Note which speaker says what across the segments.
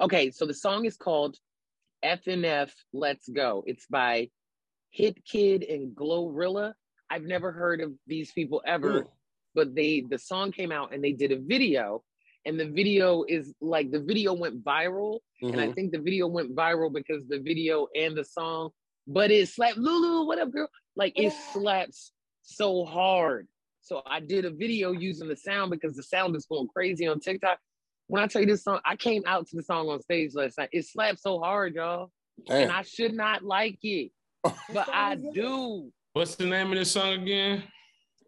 Speaker 1: Okay, so the song is called FNF Let's Go. It's by Hit Kid and Glorilla. I've never heard of these people ever,
Speaker 2: Ooh.
Speaker 1: but they the song came out and they did a video, and the video is like the video went viral, and I
Speaker 3: Mm-hmm.
Speaker 2: Mhm.
Speaker 1: think the video went viral because the video and the song, but it slapped Lulu, what up, girl? Like it
Speaker 2: Yeah.
Speaker 1: slaps so hard. So I did a video using the sound because the sound is going crazy on TikTok. When I tell you this song, I came out to the song on stage last night. It slapped so hard, y'all.
Speaker 2: Damn.
Speaker 1: And I should not like it. But I do.
Speaker 3: What's the name of this song again?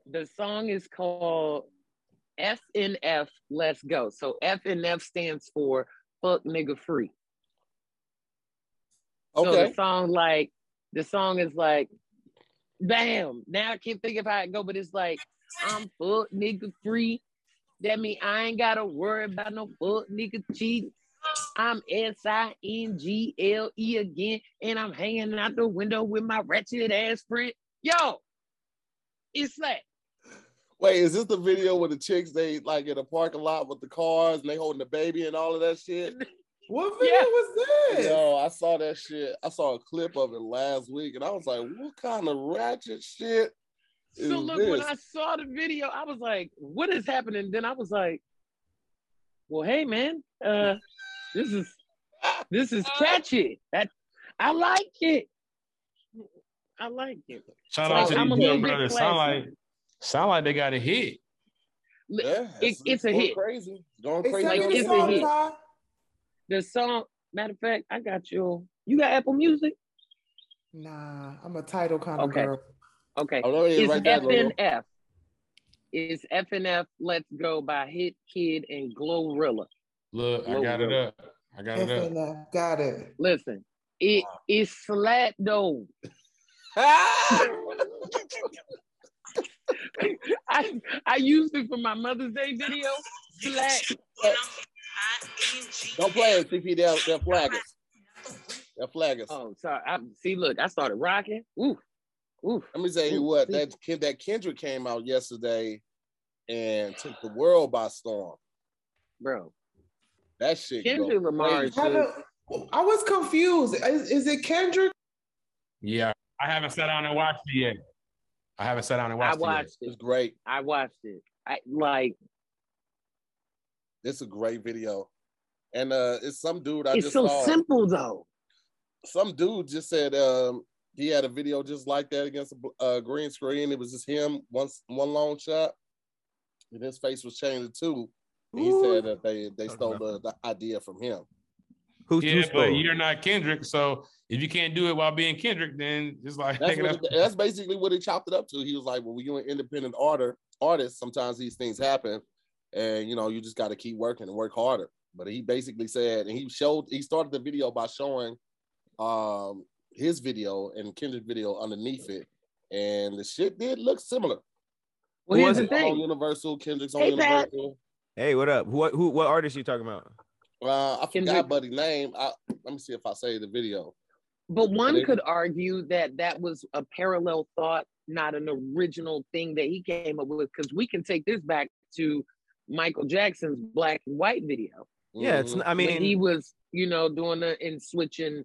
Speaker 1: The song is called FNF Let's Go. So FNF stands for fuck nigga free. So
Speaker 2: okay.
Speaker 1: the song like the song is like, bam. Now I can't think of how it go, but it's like I'm fuck nigga free. That mean I ain't gotta worry about no fuck nigga cheating. I'm S I N G L E again, and I'm hanging out the window with my wretched ass friend. Yo, it's like
Speaker 2: Wait, is this the video with the chicks they like in a parking lot with the cars and they holding the baby and all of that shit?
Speaker 4: What video
Speaker 1: Yeah.
Speaker 4: was this?
Speaker 2: Yo, I saw that shit. I saw a clip of it last week and I was like, what kind of ratchet shit? is
Speaker 1: so. Look, when
Speaker 2: this?
Speaker 1: I saw the video, I was like, "What is happening?" Then I was like, "Well, hey, man, uh, this is this is catchy. That I like it. I like it.
Speaker 3: Shout
Speaker 2: So
Speaker 3: out to
Speaker 2: I'm a
Speaker 3: these
Speaker 1: little
Speaker 3: young
Speaker 1: bit
Speaker 3: brothers. Sound
Speaker 1: classy.
Speaker 3: like sound like they got a hit.
Speaker 2: Yeah,
Speaker 1: it's a
Speaker 2: going
Speaker 1: hit.
Speaker 2: Crazy, going
Speaker 4: They
Speaker 2: crazy.
Speaker 4: sang
Speaker 1: like,
Speaker 2: on
Speaker 4: this
Speaker 1: it's a
Speaker 2: the
Speaker 4: all the
Speaker 1: hit.
Speaker 2: internet.
Speaker 4: time?
Speaker 1: The song. Matter of fact, I got you. You got Apple Music?
Speaker 4: Nah, I'm a title kind of
Speaker 1: Okay.
Speaker 4: girl.
Speaker 1: Okay.
Speaker 2: Oh, no, yeah,
Speaker 1: It's
Speaker 2: right there, Lolo.
Speaker 1: FNF. It's FNF Let's Go by Hit Kid and Glorilla.
Speaker 3: Look, I
Speaker 1: Whoa,
Speaker 3: got it
Speaker 1: whoa.
Speaker 3: up. I got it up.
Speaker 4: FNF, got it.
Speaker 1: Listen, it is slap though. I I used it for my Mother's Day video. Slap.
Speaker 2: Don't play it, CP. They're, they're flaggers. They're flaggers.
Speaker 1: Oh, sorry. I, see, look, I started rocking. Ooh, ooh.
Speaker 2: Let me tell you what that Ken- that Kendrick came out yesterday and took the world by storm.
Speaker 1: bro.
Speaker 2: That shit. go
Speaker 1: Kendrick Lamar is
Speaker 4: How
Speaker 1: just,
Speaker 4: do- I was confused. Is, is it Kendrick?
Speaker 3: Yeah. I haven't sat down and watched it yet. I haven't sat down and
Speaker 1: I
Speaker 3: watched it
Speaker 1: watched
Speaker 2: It's
Speaker 1: it.
Speaker 2: great.
Speaker 1: I watched it. I like
Speaker 2: It's a great video, and uh, it's some dude I
Speaker 1: it's
Speaker 2: just
Speaker 1: so
Speaker 2: saw.
Speaker 1: simple though.
Speaker 2: Some dude just said um, he had a video just like that against a bl- uh, green screen. It was just him once one long shot, and his face was changed too. And he
Speaker 4: Ooh.
Speaker 2: said that they they stole the, the idea from him.
Speaker 5: Who's
Speaker 3: yet.
Speaker 5: who
Speaker 3: Yeah, but
Speaker 5: spoke?
Speaker 3: you're not Kendrick. So if you can't do it while being Kendrick, then it's like
Speaker 2: That's,
Speaker 3: nigga,
Speaker 2: what it- that's basically what he chopped it up to. He was like, "Well, when you're an independent artist, artist, sometimes these things happen, and you know you just got to keep working and work harder." But he basically said, and he showed, he started the video by showing um, his video and Kendrick's video underneath it, and the shit did look similar.
Speaker 1: Well, here's
Speaker 5: was
Speaker 1: the
Speaker 5: it?
Speaker 2: On
Speaker 1: thing.
Speaker 2: Universal, Kendrick's on
Speaker 1: Hey, Pat.
Speaker 2: Universal.
Speaker 5: Hey, what up? Who, who, what artist you talking about?
Speaker 2: Uh, I
Speaker 1: Kendrick-
Speaker 2: forgot buddy name. I, let me see if I say the video.
Speaker 1: But one
Speaker 2: They-
Speaker 1: could argue that that was a parallel thought, not an original thing that he came up with, because we can take this back to Michael Jackson's black and white video.
Speaker 5: Yeah, it's.
Speaker 2: Mhm.
Speaker 5: I mean,
Speaker 1: when he was, you know, doing the and switching,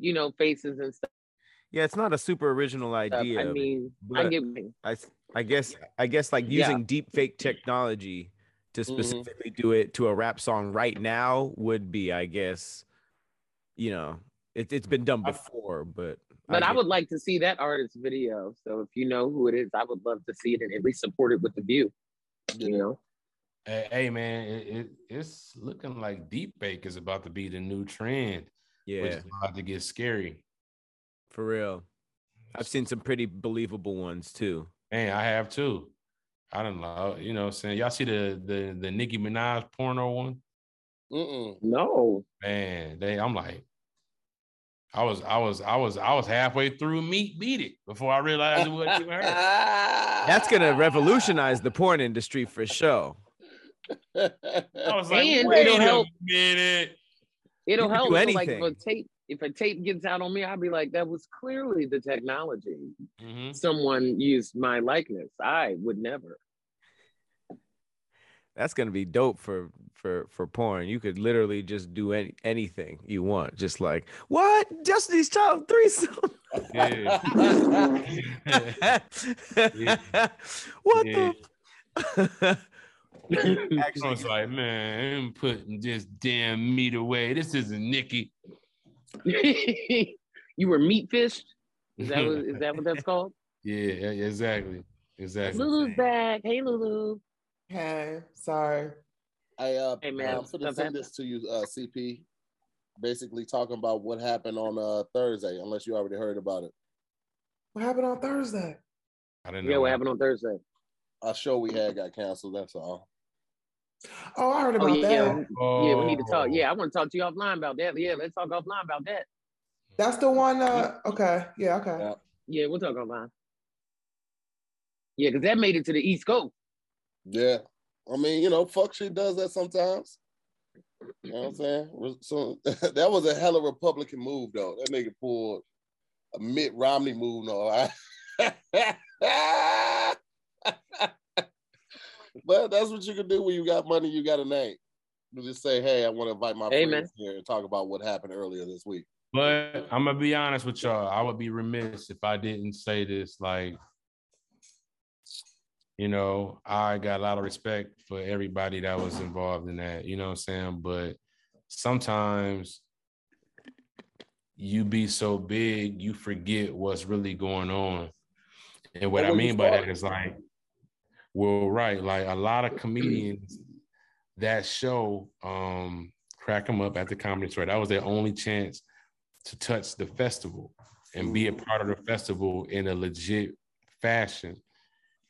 Speaker 1: you know, faces and stuff.
Speaker 5: yeah, it's not a super original idea.
Speaker 1: I mean, I
Speaker 5: but-
Speaker 1: get what you mean.
Speaker 5: I s- I guess I guess like
Speaker 1: Yeah. Mm-hmm.
Speaker 5: using deep fake technology to
Speaker 2: Mhm.
Speaker 5: specifically do it to a rap song right now would be, I guess, you know, it, it's been done
Speaker 3: I-
Speaker 5: before, but
Speaker 1: But I,
Speaker 5: get-
Speaker 1: would like to see that artist video. So if you know who it is, I would love to see it and at least support it with the view. You know,
Speaker 3: Hey, hey, man, it, it, it's looking like deep fake is about to be the new trend, which
Speaker 5: yeah,
Speaker 3: is about to get scary.
Speaker 5: for real. I've seen some pretty believable ones too.
Speaker 3: Man, I have too. I don't know. You know what I'm saying? Y'all see the the the Nicki Minaj porno one?
Speaker 2: Mm-mm.
Speaker 1: no,
Speaker 3: Man, they I'm like, I was, I was, I was, I was halfway through meat beat it before I realized it wasn't even her.
Speaker 1: Ah.
Speaker 5: That's gonna revolutionize the porn industry for sure.
Speaker 3: I was like,
Speaker 1: And
Speaker 3: wait
Speaker 1: it'll
Speaker 3: a
Speaker 1: help.
Speaker 3: minute.
Speaker 1: it'll
Speaker 5: You could
Speaker 1: help.
Speaker 5: do
Speaker 1: So, like if a
Speaker 5: anything.
Speaker 1: tape, if a tape gets out on me, I'll be like, that was clearly the technology.
Speaker 5: Mm-hmm.
Speaker 3: Mhm.
Speaker 1: Someone used my likeness. I would never.
Speaker 5: That's gonna be dope for for for porn. You could literally just do any, anything you want. Just like what Destiny's Child threesome.
Speaker 3: Yeah.
Speaker 5: what the?
Speaker 3: I was like, man, I'm putting this damn meat away. This isn't Nikki.
Speaker 1: you were meat fished. Is that what, is that what that's called?
Speaker 3: Yeah, yeah, exactly. Exactly.
Speaker 1: Lulu's back. Hey Lulu.
Speaker 4: Okay, sorry.
Speaker 2: I uh,
Speaker 1: Hey, man,
Speaker 2: I'm gonna
Speaker 1: stuff
Speaker 2: send
Speaker 1: happened.
Speaker 2: this to you, uh, CP. Basically talking about what happened on uh, Thursday, unless you already heard about it.
Speaker 4: What happened on Thursday?
Speaker 3: I didn't know.
Speaker 1: Yeah, what happened on Thursday?
Speaker 2: A show we had got canceled. That's all.
Speaker 4: Oh, I heard
Speaker 1: Oh
Speaker 4: about
Speaker 1: yeah,
Speaker 4: that.
Speaker 1: yeah,
Speaker 3: Oh,
Speaker 1: yeah, we need to talk. Yeah, I want to talk to you offline about that. Yeah, let's talk offline about that.
Speaker 4: That's the one. Uh, okay, yeah, okay.
Speaker 2: Yeah.
Speaker 1: Yeah, we'll talk offline. Yeah, because that made it to the East Coast.
Speaker 2: Yeah. I mean, you know, fuck shit does that sometimes. You know what I'm saying? Re- So that was a hella Republican move, though. That nigga pulled a Mitt Romney move, no. but that's what you can do when you got money, you got a name. You just say, hey, I want to invite my
Speaker 1: Hey, man.
Speaker 2: friends here and talk about what happened earlier this week.
Speaker 3: But I'm gonna be honest with y'all. I would be remiss if I didn't say this. Like, you know, I got a lot of respect for everybody that was involved in that. You know what I'm saying? But sometimes you be so big, you forget what's really going on. And what
Speaker 2: And where
Speaker 3: I
Speaker 2: you
Speaker 3: mean by that
Speaker 2: started.
Speaker 3: is like, well, right, like a lot of comedians that show, um, crack them up at the comedy store. That was their only chance to touch the festival and be a part of the festival in a legit fashion.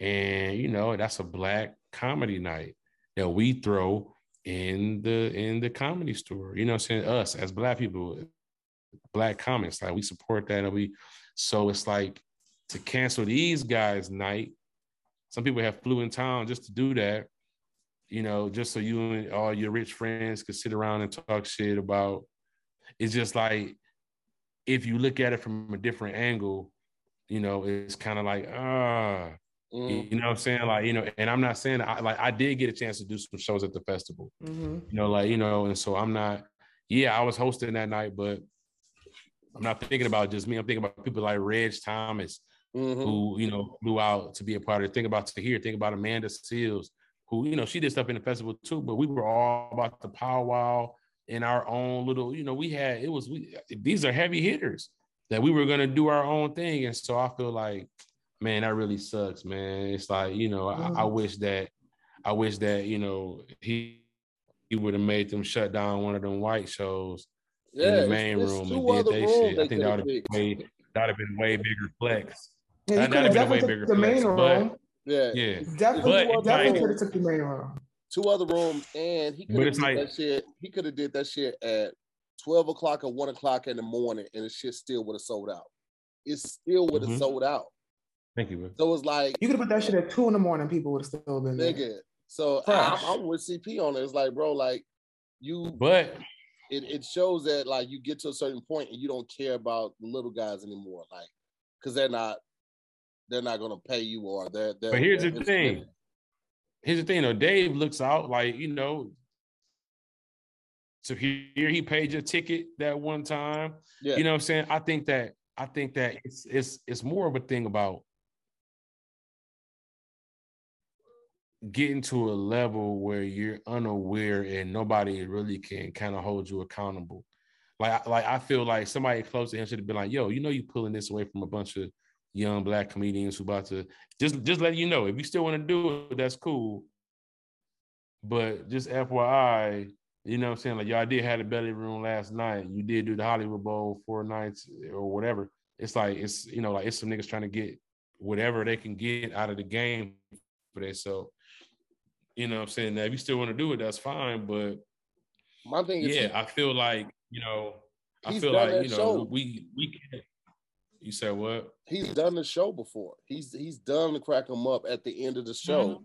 Speaker 3: And you know, that's a black comedy night that we throw in the in the comedy store. You know what I'm saying? Us as black people, black comics, like we support that and we so it's like to cancel these guys' night. Some people have flew in town just to do that, you know, just so you and all your rich friends could sit around and talk shit about it's just like if you look at it from a different angle, you know, it's kind of like, ah,
Speaker 2: Mm.
Speaker 3: you know what I'm saying? Like, you know, and I'm not saying I like I did get a chance to do some shows at the festival.
Speaker 4: Mm-hmm.
Speaker 3: You know, like, you know, and so I'm not, yeah, I was hosting that night, but I'm not thinking about just me. I'm thinking about people like Reg Thomas,
Speaker 2: Mhm.
Speaker 3: who, you know, flew out to be a part of it. Think about Tahir, think about Amanda Seals, who, you know, she did stuff in the festival too, but we were all about the powwow in our own little, you know, we had it was we these are heavy hitters that we were gonna do our own thing. And so I feel like, man, that really sucks, man. It's like, you know, I,
Speaker 2: Mm.
Speaker 3: I wish that I wish that, you know, he he would have made them shut down one of them white shows
Speaker 2: Yeah,
Speaker 3: in the
Speaker 2: it's-
Speaker 3: main
Speaker 2: it's
Speaker 3: room
Speaker 2: two
Speaker 3: and did
Speaker 2: other
Speaker 3: they
Speaker 2: rooms
Speaker 3: shit. I
Speaker 2: they
Speaker 3: think that would
Speaker 2: could've
Speaker 3: have
Speaker 2: picked.
Speaker 3: way that would have been way bigger flex.
Speaker 4: Yeah, you
Speaker 3: That- that'd
Speaker 4: could have
Speaker 3: have been a way
Speaker 4: definitely
Speaker 3: bigger
Speaker 4: took the main
Speaker 3: place,
Speaker 4: room.
Speaker 2: Yeah.
Speaker 3: Yeah.
Speaker 4: Definitely,
Speaker 3: But,
Speaker 4: definitely
Speaker 2: like-
Speaker 4: could have took the main room.
Speaker 2: two other rooms, and he
Speaker 3: But
Speaker 2: could have
Speaker 3: it's
Speaker 2: did
Speaker 3: like-
Speaker 2: that shit. He could have did that shit at twelve o'clock or one o'clock in the morning, and the shit still would have sold out. It still would have
Speaker 3: Mhm.
Speaker 2: sold out.
Speaker 3: Thank you. man.
Speaker 2: So it's like,
Speaker 4: You could have put that shit at two in the morning. People would have still been there.
Speaker 2: nigga. So I,
Speaker 4: Fresh.
Speaker 2: I'm, I'm with CP on it. It's like, bro, like you,
Speaker 3: But
Speaker 2: it, it shows that like you get to a certain point and you don't care about the little guys anymore, like because they're not, they're not gonna pay you or they're. they're
Speaker 3: but here's the
Speaker 2: they're
Speaker 3: thing. Here's the thing though. Dave looks out like, you know, so here he paid your ticket that one time.
Speaker 2: Yeah.
Speaker 3: You know what I'm saying? I think that I think that it's it's it's more of a thing about getting to a level where you're unaware and nobody really can kind of hold you accountable. Like like I feel like somebody close to him should have been like, yo, you know you pulling this away from a bunch of young black comedians who about to just just let you know if you still want to do it, that's cool. But just FYI, you know what I'm saying? Like y'all did have the belly room last night. You did do the Hollywood Bowl four nights or whatever. It's like it's you know, like it's some niggas trying to get whatever they can get out of the game for themselves. You know what I'm saying? Now if you still want to do it, that's fine. But
Speaker 2: My thing is,
Speaker 3: yeah, I feel like, you know, I
Speaker 2: He's
Speaker 3: feel
Speaker 2: done
Speaker 3: like,
Speaker 2: that
Speaker 3: you know,
Speaker 2: show.
Speaker 3: we we can't you said what?
Speaker 2: he's done the show before. He's he's done the crack him up at the end of the show.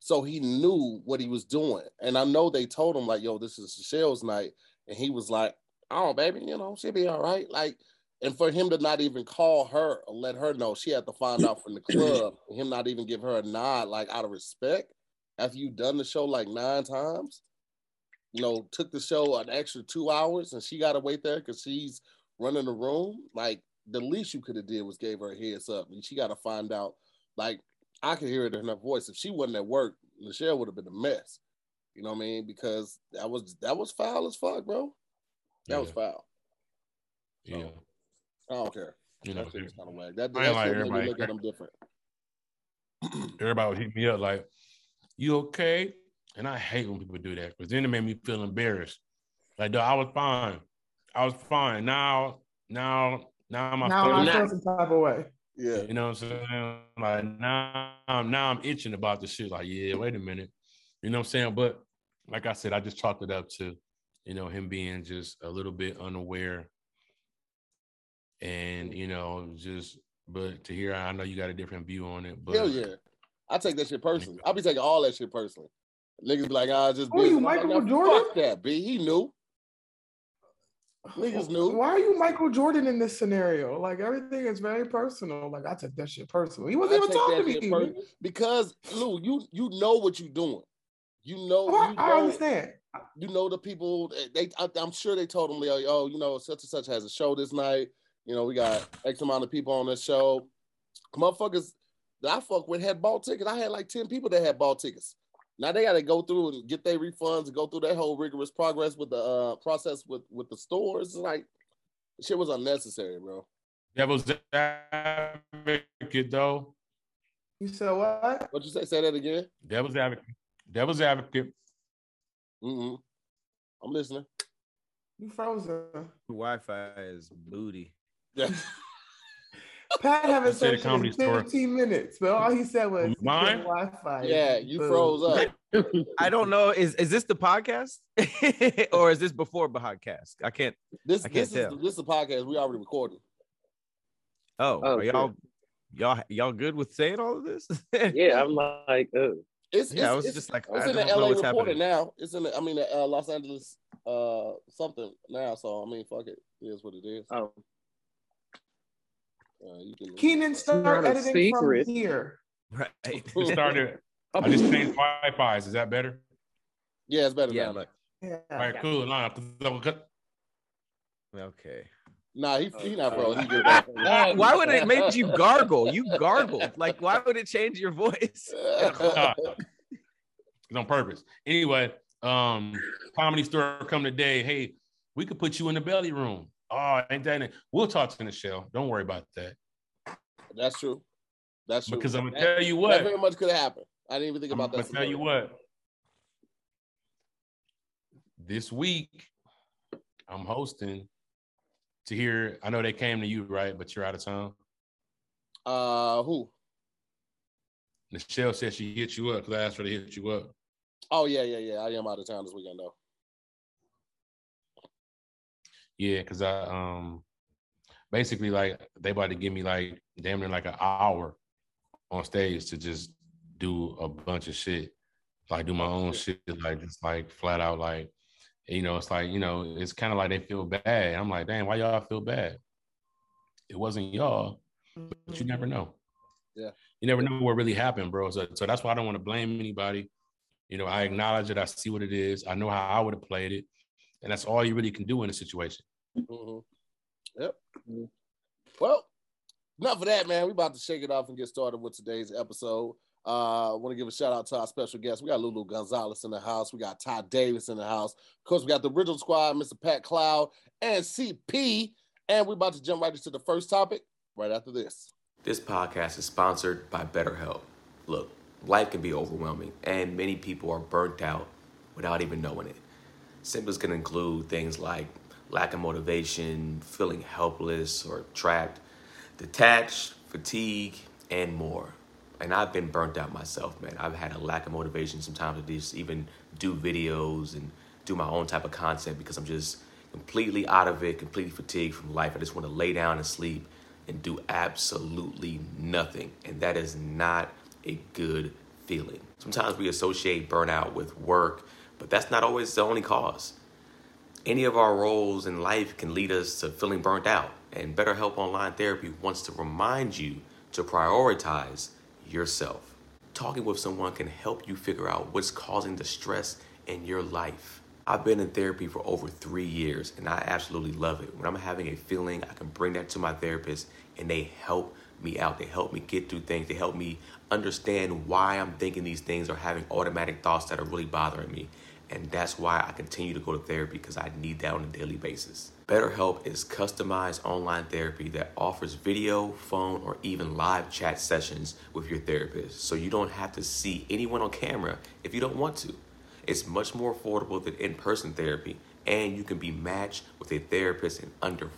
Speaker 2: So he knew what he was doing. And I know they told him, like, yo, this is Shell's night. And he was like, Oh, baby, you know, she'll be all right. Like, and for him to not even call her or let her know she had to find out from the club, and him not even give her a nod, like out of respect, after you've done the show like nine times, you know, took the show an extra two hours and she got to wait there because she's running the room. Like the least you could have did was gave her a heads up, and she got to find out. Like I could hear it in her voice. If she wasn't at work, Michelle would have been a mess. You know what I mean? Because that was that was foul as fuck, bro. That was
Speaker 3: Yeah.
Speaker 2: foul.
Speaker 3: Yeah.
Speaker 2: I don't care.
Speaker 3: You know,
Speaker 2: That shit was kind of whack. That,
Speaker 3: I
Speaker 2: that's
Speaker 3: ain't like
Speaker 2: what made me
Speaker 3: everybody.
Speaker 2: look at them different.
Speaker 3: everybody would hit me up like, "You okay?" And I hate when people do that because then it made me feel embarrassed. Like, dog, I was fine. I was fine. Now, now, now my
Speaker 4: Now
Speaker 3: feelings-
Speaker 4: I
Speaker 1: Not-
Speaker 4: feel some type of way.
Speaker 2: Yeah.
Speaker 3: You know what I'm saying? Like now, I'm now I'm itching about this shit. Like, yeah, wait a minute. You know what I'm saying? But like I said, I just chalked it up to, you know, him being just a little bit unaware. And you know, just but to hear, I know you got a different view on it. But
Speaker 2: Hell yeah. I take that shit personally. I be taking all that shit personally. Niggas be like, ah, it's just
Speaker 4: Who are you,
Speaker 2: business." I'm like,
Speaker 4: Michael
Speaker 2: "Nah,
Speaker 4: Jordan?"
Speaker 2: Fuck that, B. He knew. Niggas knew.
Speaker 4: Why are you Michael Jordan in this scenario? Like everything is very personal. Like I took that shit personal. He wasn't
Speaker 2: I
Speaker 4: even
Speaker 2: take that
Speaker 4: talking
Speaker 2: shit
Speaker 4: to
Speaker 2: personal
Speaker 4: you.
Speaker 2: Because Lou, you you know what you doing. You know,
Speaker 4: Oh, I-
Speaker 2: you
Speaker 4: I
Speaker 2: know-
Speaker 4: understand.
Speaker 2: you know the people that- they I, i'm sure they told them like oh you know such and such has a show this night you know we got x amount of people on this show motherfuckers that i fuck with had bought tickets i had like 10 people that had bought tickets now they gotta go through and get their refunds and go through that whole rigorous progress with the uh process with with the stores It's like shit was unnecessary bro
Speaker 3: devil's advocate though.
Speaker 4: You said what?
Speaker 2: what you say say that again
Speaker 3: Devil's advocate. Devil's advocate.
Speaker 2: Mm-mm. i'm listening
Speaker 4: You frozen.
Speaker 5: Wi-Fi is booty.
Speaker 2: yeah
Speaker 4: Pat haven't
Speaker 3: You said
Speaker 4: said
Speaker 3: a
Speaker 4: shit
Speaker 3: comedy
Speaker 4: in
Speaker 3: store.
Speaker 4: 15 minutes, but all he said was
Speaker 3: Mine?
Speaker 4: Wi-Fi.
Speaker 2: yeah you
Speaker 4: Boo.
Speaker 2: froze up
Speaker 5: I don't know. Is is this the podcast or is this before podcast? I can't.
Speaker 2: this
Speaker 5: I can't
Speaker 2: this is,
Speaker 5: tell.
Speaker 2: this is a podcast we already recorded
Speaker 5: Oh,
Speaker 1: Oh,
Speaker 5: are
Speaker 1: shit.
Speaker 5: y'all y'all y'all good with saying all of this?
Speaker 1: Yeah, I'm like, oh.
Speaker 2: It's,
Speaker 5: Yeah,
Speaker 2: it's-
Speaker 5: I was
Speaker 2: it's-
Speaker 5: just like,
Speaker 2: it's
Speaker 5: I
Speaker 2: in the
Speaker 5: don't know
Speaker 2: LA
Speaker 5: what's
Speaker 2: reporter
Speaker 5: happening.
Speaker 2: now. It's in the, I mean, the, uh, Los Angeles, uh, something now. So I mean, fuck it, it is what it is. Uh,
Speaker 1: oh.
Speaker 2: you can
Speaker 4: Keenan,
Speaker 1: Not
Speaker 4: start
Speaker 1: a
Speaker 4: editing
Speaker 1: secret.
Speaker 4: from here.
Speaker 5: Right.
Speaker 3: Just started. I just changed Wi-Fi's. Is that better?
Speaker 2: Yeah, it's better.
Speaker 5: yeah.
Speaker 2: now.
Speaker 5: Look.
Speaker 4: Oh, Yeah.
Speaker 3: All right, cool. Nah, 'cause I was-
Speaker 5: Okay.
Speaker 2: Nah, he, he not bro. He good.
Speaker 5: Uh, Why, why would it make you gargle? You gargled. Like, why would it change your voice?
Speaker 3: Ah. It's on purpose. Anyway, um, comedy store come today. Hey, we could put you in the belly room. Oh, ain't that? it? We'll talk to Michelle. Don't worry about that
Speaker 2: That's true. That's true.
Speaker 3: because I'm gonna
Speaker 2: That-
Speaker 3: tell you
Speaker 2: that
Speaker 3: what.
Speaker 2: very much could happen. I didn't even think
Speaker 3: I'm
Speaker 2: about
Speaker 3: gonna
Speaker 2: that.
Speaker 3: tell you
Speaker 2: scenario.
Speaker 3: what. This week, I'm hosting to hear. I know they came to you, right? But you're out of town.
Speaker 2: Uh, who?
Speaker 3: Michelle said she hit you up because I asked her to hit you up.
Speaker 2: Oh yeah, yeah, yeah. I am out of town this weekend though.
Speaker 3: Yeah, because I um basically like they about to give me like damn near like an hour on stage to just do a bunch of shit. Like do my own shit, like just like flat out like you know, it's like, you know, it's kind of like they feel bad. I'm like, damn, why y'all feel bad? It wasn't y'all, but you never know.
Speaker 2: Yeah.
Speaker 3: You never know what really happened, bro. So, so that's why I don't want to blame anybody. You know, I acknowledge it. I see what it is. I know how I would have played it. And that's all you really can do in a situation.
Speaker 2: Mhm. Yep. Mm-hmm. Well, enough of that, man. We about to shake it off and get started with today's episode. Uh, want to give a shout out to our special guests. We got Lulu Gonzalez in the house. We got Ty Davis in the house. Of course, we got the original squad, Mr. Pat Cloud and CP. And we're about to jump right into the first topic right after this.
Speaker 6: This podcast is sponsored by BetterHelp. Look, life can be overwhelming, and many people are burnt out without even knowing it. Symptoms can include things like lack of motivation, feeling helpless or trapped, detached, fatigue, and more. And I've been burnt out myself, man. I've had a lack of motivation sometimes to just even do videos and do my own type of content because I'm just completely out of it, completely fatigued from life. I just want to lay down and sleep and do absolutely nothing. And that is not a good feeling. Sometimes we associate burnout with work, but that's not always the only cause any of our roles in life can lead us to feeling burnt out, and BetterHelp Online Therapy wants to remind you to prioritize yourself. Talking with someone can help you figure out what's causing the stress in your life. I've been in therapy for over three years and I absolutely love it. When I'm having a feeling, I can bring that to my therapist and they help me out. They help me get through things. They help me understand why I'm thinking these things or having automatic thoughts that are really bothering me. And that's why I continue to go to therapy because I need that on a daily basis. BetterHelp is customized online therapy that offers video, phone, or even live chat sessions with your therapist. So you don't have to see anyone on camera if you don't want to. It's much more affordable than in person therapy, and you can be matched with a therapist in under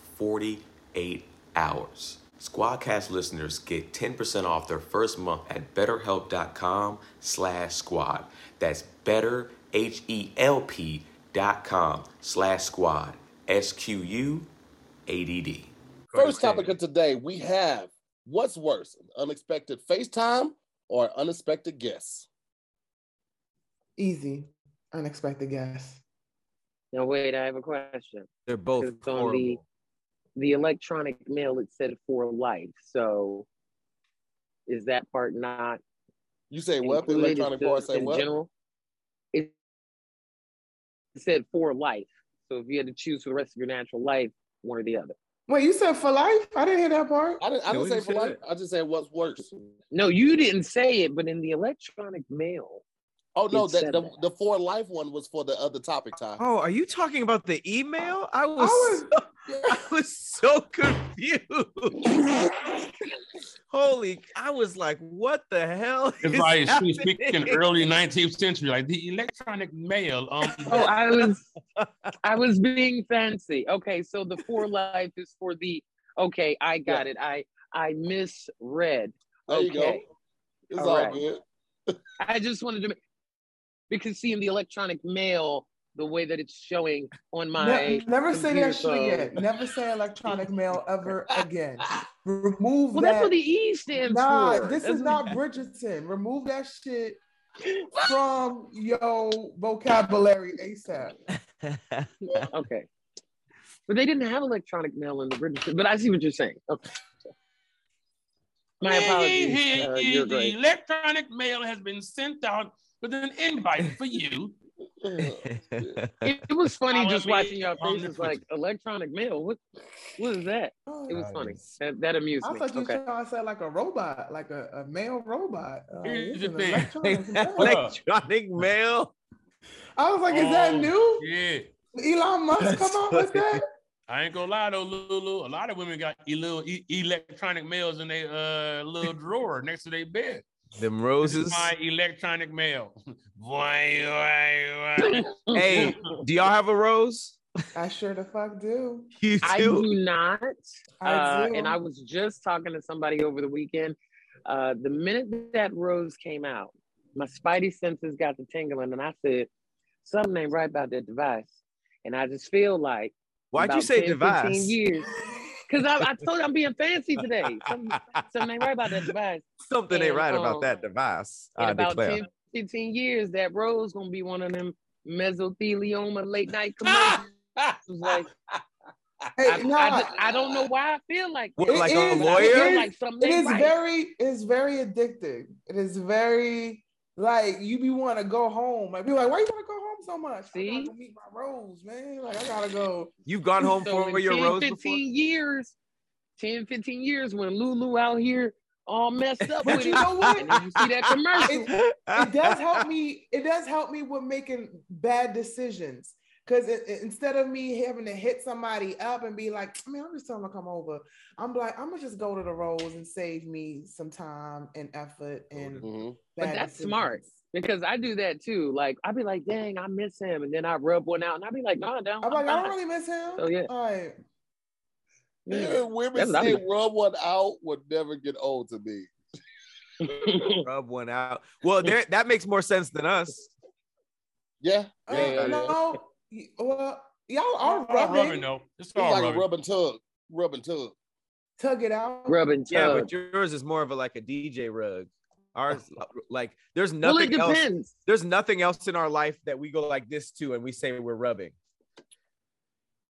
Speaker 6: 48 hours. Squadcast listeners get 10% off their first month at betterhelp.com slash squad. That's better, H-E-L-P dot com slash squad, S-Q-U-A-D-D.
Speaker 2: First topic of today, we have what's worse, an unexpected FaceTime or an unexpected guest?
Speaker 4: Easy, unexpected guess.
Speaker 1: Now wait, I have a question.
Speaker 5: They're both
Speaker 1: It's gonna
Speaker 5: horrible.
Speaker 1: be- The electronic mail it said for life. So is that part not
Speaker 2: You say what? The
Speaker 1: included
Speaker 2: electronic
Speaker 1: in-
Speaker 2: part say
Speaker 1: in
Speaker 2: what?
Speaker 1: general? It it said for life. So if you had to choose for the rest of your natural life, one or the other.
Speaker 4: Wait, you said for life? I didn't hear that part.
Speaker 2: I didn't, I
Speaker 5: Yeah,
Speaker 2: didn't
Speaker 5: we
Speaker 2: say
Speaker 5: just
Speaker 2: for
Speaker 5: said
Speaker 2: life. I just said what's worse.
Speaker 1: No, you didn't say it, but in the electronic mail,
Speaker 2: Oh no,
Speaker 1: It
Speaker 2: that
Speaker 1: said
Speaker 2: the,
Speaker 1: that.
Speaker 2: the for life one was for the other topic time.
Speaker 5: Oh, are you talking about the email? I was,
Speaker 4: was-
Speaker 5: so- I was so confused. Holy, I was like, what the hell?
Speaker 3: It's
Speaker 5: is
Speaker 3: like she was
Speaker 5: happening?
Speaker 3: speaking early 19th century, like the electronic mail. Um,
Speaker 1: Oh, I was I was being fancy. Okay, so the for life is for the okay, I got it. I I misread.
Speaker 2: there you go.
Speaker 1: okay.
Speaker 2: It's
Speaker 1: All
Speaker 2: all
Speaker 1: right.
Speaker 2: good.
Speaker 1: I just wanted to because see in the electronic mail the way that it's showing on my
Speaker 4: Ne- never say
Speaker 1: computer
Speaker 4: that shit again.
Speaker 1: phone.
Speaker 4: Never say electronic mail ever again. Remove
Speaker 1: Well,
Speaker 4: that.
Speaker 1: that's what the E stands
Speaker 4: nah,
Speaker 1: for.
Speaker 4: this
Speaker 1: That's
Speaker 4: is
Speaker 1: what-
Speaker 4: not Bridgerton. Remove that shit from your vocabulary ASAP.
Speaker 1: okay. But they didn't have electronic mail in the British. But I see what you're saying. Okay. My apologies. Uh, you're
Speaker 3: the
Speaker 1: great.
Speaker 3: electronic mail has been sent out with an invite for you.
Speaker 1: It, it was funny
Speaker 3: Follow
Speaker 1: just
Speaker 3: me
Speaker 1: watching y'all
Speaker 3: on
Speaker 1: faces
Speaker 3: this
Speaker 1: like electronic mail. What what is that? It was funny. That, that amused
Speaker 4: I
Speaker 1: me.
Speaker 4: thought you
Speaker 1: Okay.
Speaker 4: were trying to say like a robot, like a, a male robot. Uh, it's
Speaker 3: Here's the
Speaker 4: an
Speaker 3: thing.
Speaker 4: electronic mail.
Speaker 5: electronic mail.
Speaker 4: I was like, is that
Speaker 3: Oh,
Speaker 4: new?
Speaker 3: Yeah.
Speaker 4: Elon Musk
Speaker 5: That's
Speaker 4: come out with that?
Speaker 3: I ain't gonna lie though, Lulu. A lot of women got e- little e- electronic mails in their uh, little drawer next to their bed.
Speaker 5: Them
Speaker 3: This is
Speaker 5: roses.
Speaker 3: my electronic mail. Boing, boing, boing.
Speaker 5: Hey, do y'all have a rose?
Speaker 4: I sure the fuck do.
Speaker 5: You
Speaker 1: I
Speaker 5: do.
Speaker 1: do not.
Speaker 4: I
Speaker 1: uh,
Speaker 4: do.
Speaker 1: and I was just talking to somebody over the weekend. Uh, the minute that Rose came out, my spidey senses got to tingling, and I said, "Something ain't right about that device." And I just feel like
Speaker 5: Why'd you
Speaker 1: about
Speaker 5: say
Speaker 1: 10, 15
Speaker 5: device?
Speaker 1: years, because I, I told you I'm being fancy today. Something, something ain't right about that device.
Speaker 5: Something ain't
Speaker 1: And,
Speaker 5: right
Speaker 1: um,
Speaker 5: about that device.
Speaker 1: In
Speaker 5: I
Speaker 1: about
Speaker 5: declare.
Speaker 1: 10, 15 years, that Rose gonna be one of them mesothelioma late night commercials. like,
Speaker 4: Hey,
Speaker 1: I,
Speaker 4: nah,
Speaker 1: I, I don't know why I feel like
Speaker 5: What,
Speaker 1: that,
Speaker 5: like
Speaker 4: It
Speaker 5: a
Speaker 4: is-
Speaker 1: but I feel
Speaker 5: lawyer?
Speaker 1: like something
Speaker 4: it
Speaker 1: ain't
Speaker 4: is
Speaker 1: right.
Speaker 4: very it's very addictive. It is very like you be want to go home. Like be like, why you want to go home so much? I
Speaker 1: See?
Speaker 4: gotta go meet my rose, man. Like I gotta go.
Speaker 5: You've gone home
Speaker 1: So
Speaker 5: for
Speaker 1: in
Speaker 5: your
Speaker 1: 10,
Speaker 5: rose
Speaker 1: 15
Speaker 5: before?
Speaker 1: years, 10, 15 years when Lulu out here all messed up
Speaker 4: But
Speaker 1: with
Speaker 4: you
Speaker 1: it.
Speaker 4: know what?
Speaker 1: And then you see that commercial.
Speaker 4: It does help me. It does help me with making bad decisions. Cause it, it- instead of me having to hit somebody up and be like, I mean, I'm just telling them to come over. I'm like, I'm gonna just go to the rose and save me some time and effort and.
Speaker 2: Mhm.
Speaker 1: But
Speaker 4: bad
Speaker 1: that's smart.
Speaker 4: decisions.
Speaker 1: Because I do that too. Like I'd be like, dang, I miss him. And then I rub one out and I'd be like, no, I don't.
Speaker 4: I'm like, I
Speaker 1: I'm fine."
Speaker 4: don't really miss him.
Speaker 1: So, yeah.
Speaker 4: Like,
Speaker 2: Yeah,
Speaker 1: That's
Speaker 2: women
Speaker 1: what I
Speaker 2: say
Speaker 1: be-
Speaker 2: rub one out would never get old to me.
Speaker 5: Rub one out. Well, there that makes more sense than us.
Speaker 2: Yeah.
Speaker 4: uh,
Speaker 2: Yeah, yeah, yeah.
Speaker 4: no, y- well, y'all are
Speaker 3: All
Speaker 4: rubbing,
Speaker 3: rubbing though. It's
Speaker 2: It's
Speaker 3: all
Speaker 2: like
Speaker 3: rubbing.
Speaker 2: a rub and tug. Rub and tug.
Speaker 4: tug it out.
Speaker 1: Rub and tug.
Speaker 5: Yeah, but yours is more of a like a DJ rug. Ours uh, like there's
Speaker 1: well, it
Speaker 5: nothing else.
Speaker 1: depends.
Speaker 5: There's nothing else in our life that we go like this to and we say we're rubbing.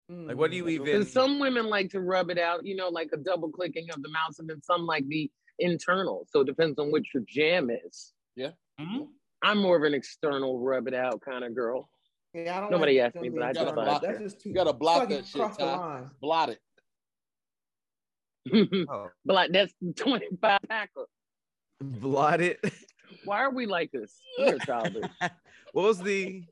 Speaker 4: Mm.
Speaker 5: Like what do you even
Speaker 1: And some women like to rub it out, you know, like a double clicking of the mouse, and then some like the internal. So it depends on what your jam is.
Speaker 2: Yeah.
Speaker 3: Mhm.
Speaker 1: I'm more of an external rub it out kind of girl.
Speaker 4: Yeah, I don't
Speaker 1: Nobody
Speaker 4: like
Speaker 1: asked me, but I
Speaker 4: Johnny.
Speaker 2: just blocked
Speaker 4: That's
Speaker 1: it.
Speaker 4: just too.
Speaker 2: You gotta block
Speaker 4: fucking
Speaker 2: that shit,
Speaker 4: crossed the
Speaker 2: Ty.
Speaker 4: line.
Speaker 2: Blot it.
Speaker 1: but
Speaker 5: Oh,
Speaker 1: like that's 25 packer.
Speaker 5: blot it.
Speaker 1: Why are we like this? We're childish.
Speaker 5: What was the?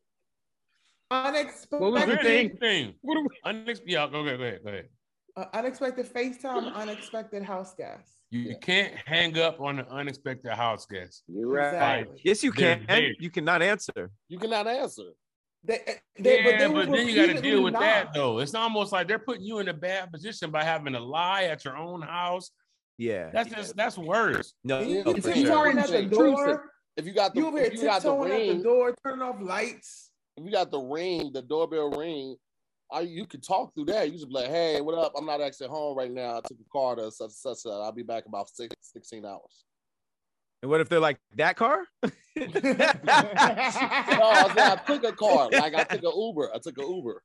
Speaker 4: Unexpected,
Speaker 1: What was the thing?
Speaker 3: Thing. What are we? Unex- yeah, go ahead, go ahead, go ahead.
Speaker 4: uh, unexpected FaceTime, unexpected house guest.
Speaker 3: You
Speaker 2: Yeah.
Speaker 3: can't hang up on the unexpected house guest.
Speaker 1: You're right.
Speaker 4: Exactly.
Speaker 5: Yes, you
Speaker 3: They're
Speaker 5: can.
Speaker 3: there.
Speaker 5: You cannot answer.
Speaker 2: You cannot answer.
Speaker 4: They, eh, they,
Speaker 3: yeah,
Speaker 4: but,
Speaker 3: but,
Speaker 4: they
Speaker 3: then you got to deal with that though. It's almost like they're putting you in a bad position by having to lie at your own house.
Speaker 5: Yeah.
Speaker 3: That's just that's worse.
Speaker 5: no.
Speaker 4: You,
Speaker 5: no,
Speaker 4: you
Speaker 5: for
Speaker 2: tip-
Speaker 5: sure.
Speaker 4: tiptoeing at the
Speaker 2: Intrusive.
Speaker 4: door.
Speaker 2: If you got the
Speaker 4: You over here
Speaker 2: if you got the
Speaker 4: tiptoeing at the
Speaker 2: ring,
Speaker 4: door, turning off lights.
Speaker 2: if you got the ring, the doorbell ring, I, you could talk through that. You just be like, hey, what up? I'm not actually home right now. I took a car to such and such. such. I'll be back in about six, 16 hours.
Speaker 5: And what if they're like that car?
Speaker 2: No, I said I took a car. Like I took an Uber. I took an Uber.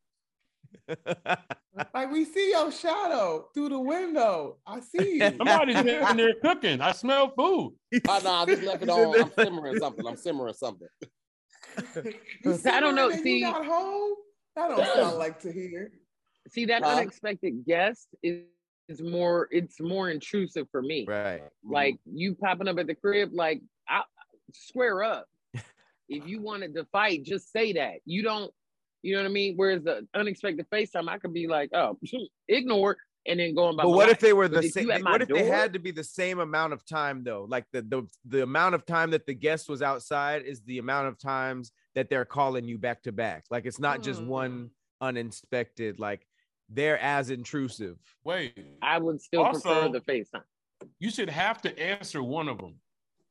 Speaker 4: Like we see your shadow through the window. I see you.
Speaker 3: Somebody's in there cooking. I smell food.
Speaker 2: Oh, no, I just left it on. I'm simmering something. I'm simmering something.
Speaker 4: You
Speaker 1: I don't know,
Speaker 4: simmering and
Speaker 1: see-
Speaker 4: you not home. That don't sound like to hear.
Speaker 1: See that
Speaker 2: Huh?
Speaker 1: unexpected guest is, is more it's more intrusive for me.
Speaker 5: right.
Speaker 2: Mm-hmm.
Speaker 1: Like you popping up at the crib, like I square up. if you wanted to fight, just say that. You don't, you know what I mean? Whereas the unexpected FaceTime, I could be like, oh, ignore and then going by.
Speaker 5: But
Speaker 1: my
Speaker 5: what
Speaker 1: life.
Speaker 5: if they were the
Speaker 1: But if
Speaker 5: same?
Speaker 1: you at my
Speaker 5: What if they
Speaker 1: door-
Speaker 5: had to be the same amount of time though? Like the the the amount of time that the guest was outside is the amount of times that they're calling you back to back. Like it's not just
Speaker 4: Hmm.
Speaker 5: one uninspected. Like they're as intrusive.
Speaker 3: Wait,
Speaker 1: I would still prefer
Speaker 3: Also-
Speaker 1: the FaceTime.
Speaker 3: you should have to answer one of them.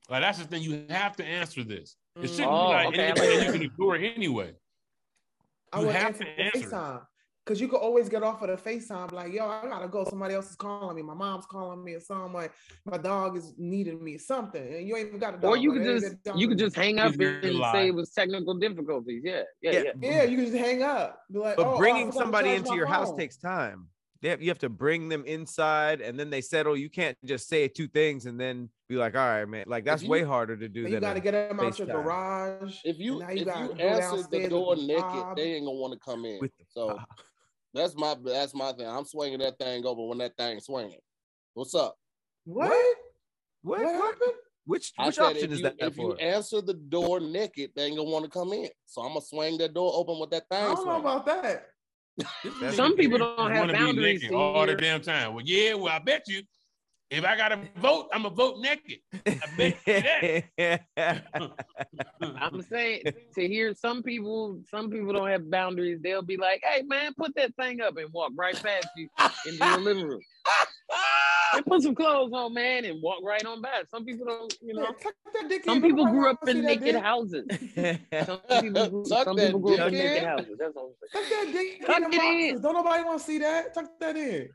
Speaker 3: Like that's the thing. You have to answer this. It shouldn't
Speaker 1: Oh,
Speaker 3: be like
Speaker 1: okay, I like
Speaker 3: anything
Speaker 1: that.
Speaker 3: you can ignore anyway.
Speaker 4: I
Speaker 3: You
Speaker 4: would
Speaker 3: have
Speaker 4: answer
Speaker 3: to
Speaker 4: the
Speaker 3: answer.
Speaker 4: FaceTime. Cause you could always get off of the FaceTime like, yo, I gotta go. Somebody else is calling me. My mom's calling me or someone. My dog is needing me something. And you ain't even got a dog.
Speaker 1: Or you
Speaker 4: right?
Speaker 1: could
Speaker 4: Ain't
Speaker 1: just
Speaker 4: got a dog
Speaker 1: you
Speaker 4: in
Speaker 1: could
Speaker 4: there.
Speaker 1: just hang up
Speaker 3: If you're
Speaker 1: and say
Speaker 3: alive.
Speaker 1: it was technical difficulties. Yeah, yeah, yeah.
Speaker 5: Yeah.
Speaker 4: Yeah, you can just hang up. Be like,
Speaker 5: But
Speaker 4: oh, I
Speaker 5: bringing
Speaker 4: forgot to
Speaker 5: somebody
Speaker 4: charge
Speaker 5: into
Speaker 4: my
Speaker 5: your house
Speaker 4: phone.
Speaker 5: takes time. They have, you have to bring them inside and then they settle. You can't just say two things and then be like, all right, man. Like that's
Speaker 2: you-
Speaker 5: way harder to do
Speaker 4: And
Speaker 5: than
Speaker 4: you gotta
Speaker 5: a-
Speaker 4: get them out your
Speaker 5: FaceTime.
Speaker 4: garage.
Speaker 2: If
Speaker 4: and
Speaker 2: you,
Speaker 4: now
Speaker 2: if
Speaker 4: gotta
Speaker 2: you
Speaker 4: go
Speaker 2: answer
Speaker 4: downstairs
Speaker 2: the
Speaker 4: with
Speaker 2: door
Speaker 4: the
Speaker 2: naked,
Speaker 4: fob.
Speaker 2: they ain't gonna want to come in.
Speaker 5: with
Speaker 2: So that's my that's my thing. I'm swinging that thing over when that thing's swinging. What's up?
Speaker 4: What?
Speaker 5: what,
Speaker 4: What
Speaker 5: what?
Speaker 4: happened?
Speaker 5: Which
Speaker 2: I
Speaker 5: which
Speaker 2: said
Speaker 5: option
Speaker 2: if
Speaker 5: is
Speaker 2: you,
Speaker 5: that
Speaker 2: if you
Speaker 5: for?
Speaker 2: answer the door naked, they ain't gonna want to come in. So I'm gonna swing that door open with that
Speaker 4: I
Speaker 2: thing.
Speaker 4: don't
Speaker 2: swinging.
Speaker 4: know about that.
Speaker 3: This
Speaker 1: Some
Speaker 3: nigga
Speaker 1: people
Speaker 3: here
Speaker 1: don't have
Speaker 3: wanna be
Speaker 1: boundaries,
Speaker 3: naked all the
Speaker 1: senior.
Speaker 3: damn time. Well, yeah. Well, I bet you, if I gotta vote, I'm gonna vote naked. I bet you that.
Speaker 1: I'm saying to hear some people, some people don't have boundaries. They'll be like, "Hey man, put that thing up and walk right past you into your living room, and put some clothes on, man, and walk right on by." Some people don't, you
Speaker 4: Yeah,
Speaker 1: know.
Speaker 4: tuck that dick
Speaker 1: Some
Speaker 4: in.
Speaker 1: people
Speaker 4: Nobody
Speaker 1: grew up
Speaker 4: wanna see
Speaker 1: in
Speaker 4: that
Speaker 1: naked
Speaker 4: dick.
Speaker 1: houses. Some people grew,
Speaker 2: Suck
Speaker 1: some
Speaker 2: that
Speaker 1: people grew up in
Speaker 2: dick
Speaker 1: naked
Speaker 2: in.
Speaker 1: houses. That's all I'm
Speaker 4: Tuck that dick
Speaker 1: Tuck
Speaker 4: in. the
Speaker 1: it in.
Speaker 4: boxes. Don't nobody want to see that. Tuck that in.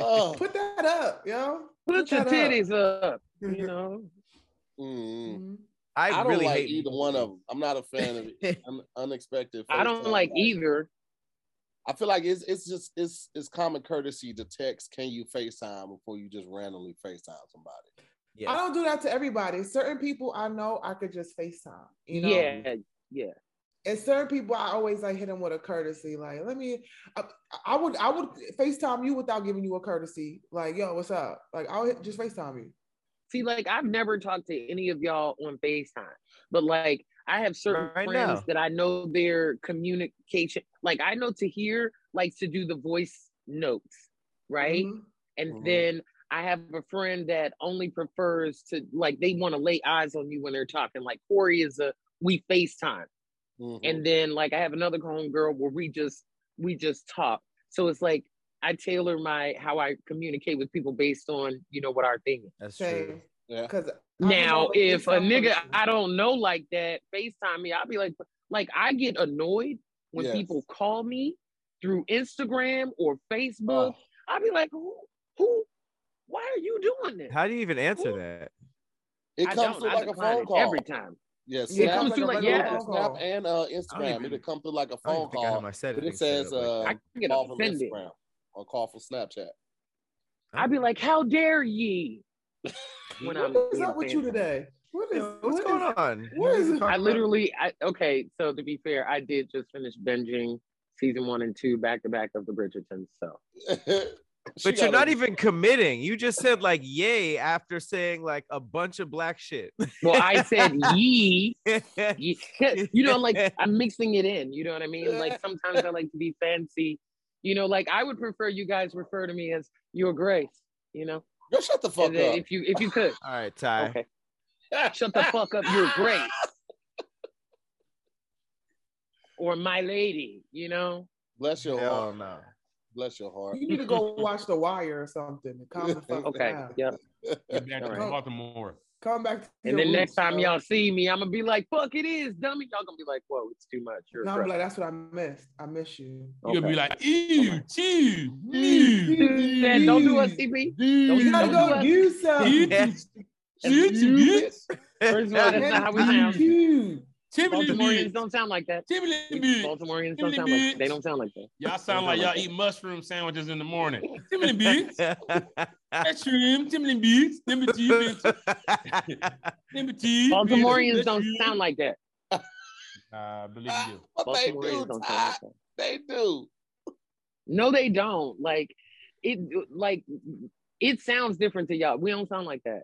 Speaker 2: Ugh.
Speaker 4: Put that up, yo.
Speaker 1: saying. Put your
Speaker 4: that up.
Speaker 1: titties up, you know. Hmm.
Speaker 2: Mm.
Speaker 4: Mhm.
Speaker 5: I,
Speaker 2: I don't
Speaker 5: really
Speaker 2: like
Speaker 5: hate
Speaker 2: either one of them. I'm not a fan of it. Un- unexpected.
Speaker 1: I don't
Speaker 2: FaceTime.
Speaker 1: like either.
Speaker 2: I feel like it's it's just it's it's common courtesy to text. Can you FaceTime before you just randomly FaceTime somebody?
Speaker 5: Yeah.
Speaker 4: I don't do that to everybody. Certain people I know I could just FaceTime. You know?
Speaker 1: Yeah, yeah.
Speaker 4: And certain people I always like hit them with a courtesy. Like, let me I, I would I would FaceTime you without giving you a courtesy. Like, yo, what's up? Like I'll hit, just FaceTime you.
Speaker 1: See, like I've never talked to any of y'all on FaceTime, but like I have certain
Speaker 5: Right
Speaker 1: friends
Speaker 5: now.
Speaker 1: that I know their communication. Like I know to hear, like to do the voice notes, right?
Speaker 4: Mhm.
Speaker 5: Mm-hmm.
Speaker 1: And
Speaker 2: Mhm.
Speaker 1: then I have a friend that only prefers to like they want to lay eyes on you when they're talking. Like Corey is a we FaceTime.
Speaker 2: Mhm.
Speaker 5: Mm.
Speaker 1: And then like I have another homegirl where we just we just talk. So it's like I tailor my how I communicate with people based on, you know, what our thing is.
Speaker 5: That's
Speaker 4: Same.
Speaker 2: Yeah.
Speaker 4: Because
Speaker 1: Now, if
Speaker 4: "Oh,
Speaker 1: a nigga I
Speaker 4: I
Speaker 1: don't know like that FaceTime me, I'll be like, like I get annoyed when
Speaker 2: Yes.
Speaker 1: people call me through Instagram or Facebook.
Speaker 2: Ugh.
Speaker 1: I'll be like, who, who, why are you doing this?
Speaker 5: How do you even answer that?
Speaker 2: it
Speaker 1: I
Speaker 2: comes
Speaker 1: don't.
Speaker 2: through
Speaker 1: I
Speaker 2: like a
Speaker 1: decline
Speaker 2: phone
Speaker 1: it
Speaker 2: call
Speaker 1: every time.
Speaker 2: Yes,
Speaker 4: Yeah, it comes through like- yeah.
Speaker 2: Snap and uh, Instagram.
Speaker 5: even-
Speaker 2: It'll come through like a
Speaker 5: I don't
Speaker 2: phone
Speaker 5: even think I have
Speaker 2: call.
Speaker 5: my
Speaker 2: But
Speaker 5: settings.
Speaker 2: it
Speaker 5: set
Speaker 2: says
Speaker 5: up like
Speaker 2: uh,
Speaker 1: I get
Speaker 2: call from
Speaker 1: offended.
Speaker 2: Instagram or call from Snapchat.
Speaker 5: that.
Speaker 1: I'd be like, how dare ye? When I'm
Speaker 4: what is
Speaker 1: in
Speaker 4: up with you
Speaker 1: FaceTime.
Speaker 4: today? What is
Speaker 5: What's
Speaker 4: what
Speaker 5: going
Speaker 4: is-
Speaker 5: on?
Speaker 4: what is-
Speaker 1: I literally, I okay. So to be fair, I did just finish binging season one and two back to back of the Bridgerton. So
Speaker 2: She
Speaker 5: But you're
Speaker 2: got
Speaker 5: not
Speaker 2: a-
Speaker 5: even committing. You just said like yay after saying like a bunch of black shit.
Speaker 1: well, I said ye, ye. You know, like I'm mixing it in. You know what I mean? Like sometimes I like to be fancy. You know, like I would prefer you guys refer to me as Your Grace. You know,
Speaker 2: Yo, shut the fuck
Speaker 1: And then
Speaker 2: up.
Speaker 1: if you if you could,
Speaker 5: All right, Ty.
Speaker 1: okay. Shut the fuck up, Your Grace. Or my lady, you know.
Speaker 2: Bless your
Speaker 5: Hell
Speaker 2: heart.
Speaker 5: no.
Speaker 2: Bless your heart.
Speaker 4: You need to go watch The Wire or something. and Calm the fuck
Speaker 1: Okay,
Speaker 4: down.
Speaker 1: yeah.
Speaker 3: Get back to
Speaker 1: All right.
Speaker 3: Baltimore.
Speaker 4: Come back. To
Speaker 1: And
Speaker 4: your
Speaker 1: then next
Speaker 4: roots,
Speaker 1: time
Speaker 4: yo.
Speaker 1: y'all see me, I'm gonna be like, "Fuck, it is, dummy." Y'all gonna be like, "Whoa, it's too much." You're
Speaker 4: No,
Speaker 1: a
Speaker 4: I'm
Speaker 1: crook."
Speaker 4: like, that's what I missed. I miss you.
Speaker 3: You'll be
Speaker 1: Okay.
Speaker 3: like, ew, chew, ew,
Speaker 1: Man, don't do us, CP. Don't
Speaker 4: You
Speaker 1: you
Speaker 4: gotta
Speaker 1: don't do
Speaker 4: go
Speaker 1: us.
Speaker 4: do something.
Speaker 5: Yeah.
Speaker 3: chew,
Speaker 1: First of all, that's not how we sound.
Speaker 4: You.
Speaker 1: Baltimoreans don't sound like that. We-
Speaker 3: Tibbly
Speaker 1: Baltimoreans don't sound like they don't sound like that.
Speaker 3: Y'all sound like y'all eat mushroom sandwiches in the morning. Tibbly bits. That's shrimp. Tibbly bits. Timber cheese. Timber cheese.
Speaker 1: Baltimoreans don't sound like that.
Speaker 3: I believe you.
Speaker 2: But they do,
Speaker 1: Baltimoreans don't sound
Speaker 2: Ty.
Speaker 1: like that.
Speaker 2: They do.
Speaker 1: No, they don't. Like it, like it sounds different to y'all. We don't sound like that.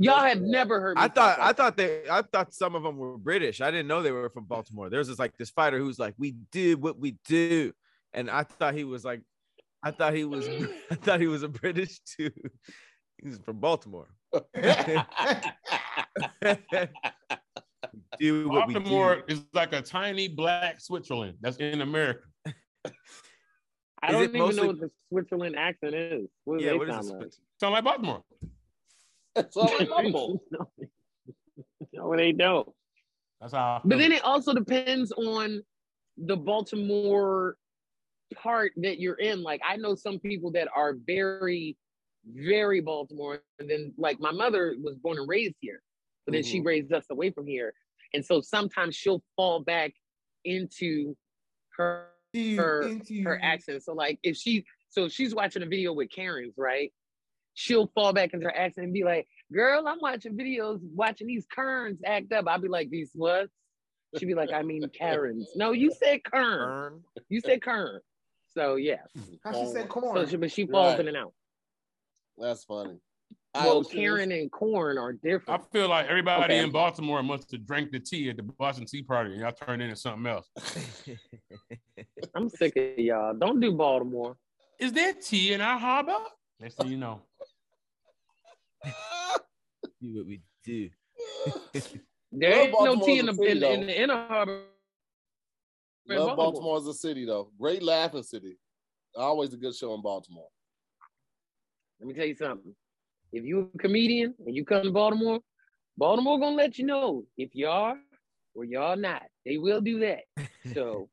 Speaker 1: Y'all have never heard. Me
Speaker 5: I thought
Speaker 1: talk
Speaker 5: I
Speaker 1: like
Speaker 5: thought they I thought some of them were British. I didn't know they were from Baltimore. There's this like this fighter who's like, we did what we do, and I thought he was like, I thought he was I thought he was a British dude. He's from Baltimore. do what we do.
Speaker 3: Baltimore is like a tiny black Switzerland that's in America.
Speaker 1: that. I
Speaker 5: is
Speaker 1: don't
Speaker 5: it
Speaker 1: even
Speaker 5: mostly-
Speaker 1: know what the Switzerland accent is. What do
Speaker 5: Yeah,
Speaker 1: they
Speaker 5: what is
Speaker 1: sound
Speaker 5: this?
Speaker 1: like?
Speaker 3: Sound like Baltimore.
Speaker 2: That's all they know.
Speaker 1: no, no, they don't.
Speaker 3: That's how. I
Speaker 1: But
Speaker 3: feel.
Speaker 1: then it also depends on the Baltimore part that you're in. Like I know some people that are very, very Baltimore, and then like my mother was born and raised here, but then she raised us away from here, and so sometimes she'll fall back into her Her-
Speaker 2: Mm-hmm.
Speaker 1: her accent. So like if she so if she's watching a video with Karen's, right? She'll fall back into her accent and be like, girl, I'm watching videos watching these Kerns act up. I'll be like, these what? She'd be like, I mean Karen's. No, you said Kern.
Speaker 5: Burn.
Speaker 1: You said Kern. So yeah.
Speaker 4: How she said
Speaker 1: So
Speaker 4: corn.
Speaker 1: she, but she falls
Speaker 2: Right.
Speaker 1: in and out.
Speaker 2: That's funny. I
Speaker 1: Well,
Speaker 2: was-
Speaker 1: Karen and corn are
Speaker 3: I
Speaker 1: different.
Speaker 3: feel like everybody
Speaker 1: Okay.
Speaker 3: in Baltimore must have drank the tea at the Boston Tea Party and y'all turned into something else.
Speaker 1: I'm sick of y'all. Don't do Baltimore.
Speaker 3: Is there tea in our harbor? Next thing you know.
Speaker 5: do what we do.
Speaker 1: There
Speaker 2: Well,
Speaker 1: ain't no
Speaker 2: Baltimore's
Speaker 1: tea in the
Speaker 2: a city,
Speaker 1: in,
Speaker 2: though.
Speaker 1: in the inner harbor. in Baltimore.
Speaker 2: Love Baltimore as a city, though. Great laughing city. Always a good show in Baltimore.
Speaker 1: Let me tell you something. If you a comedian and you come to Baltimore, Baltimore gonna let you know if you are or y'all not. They will do that. So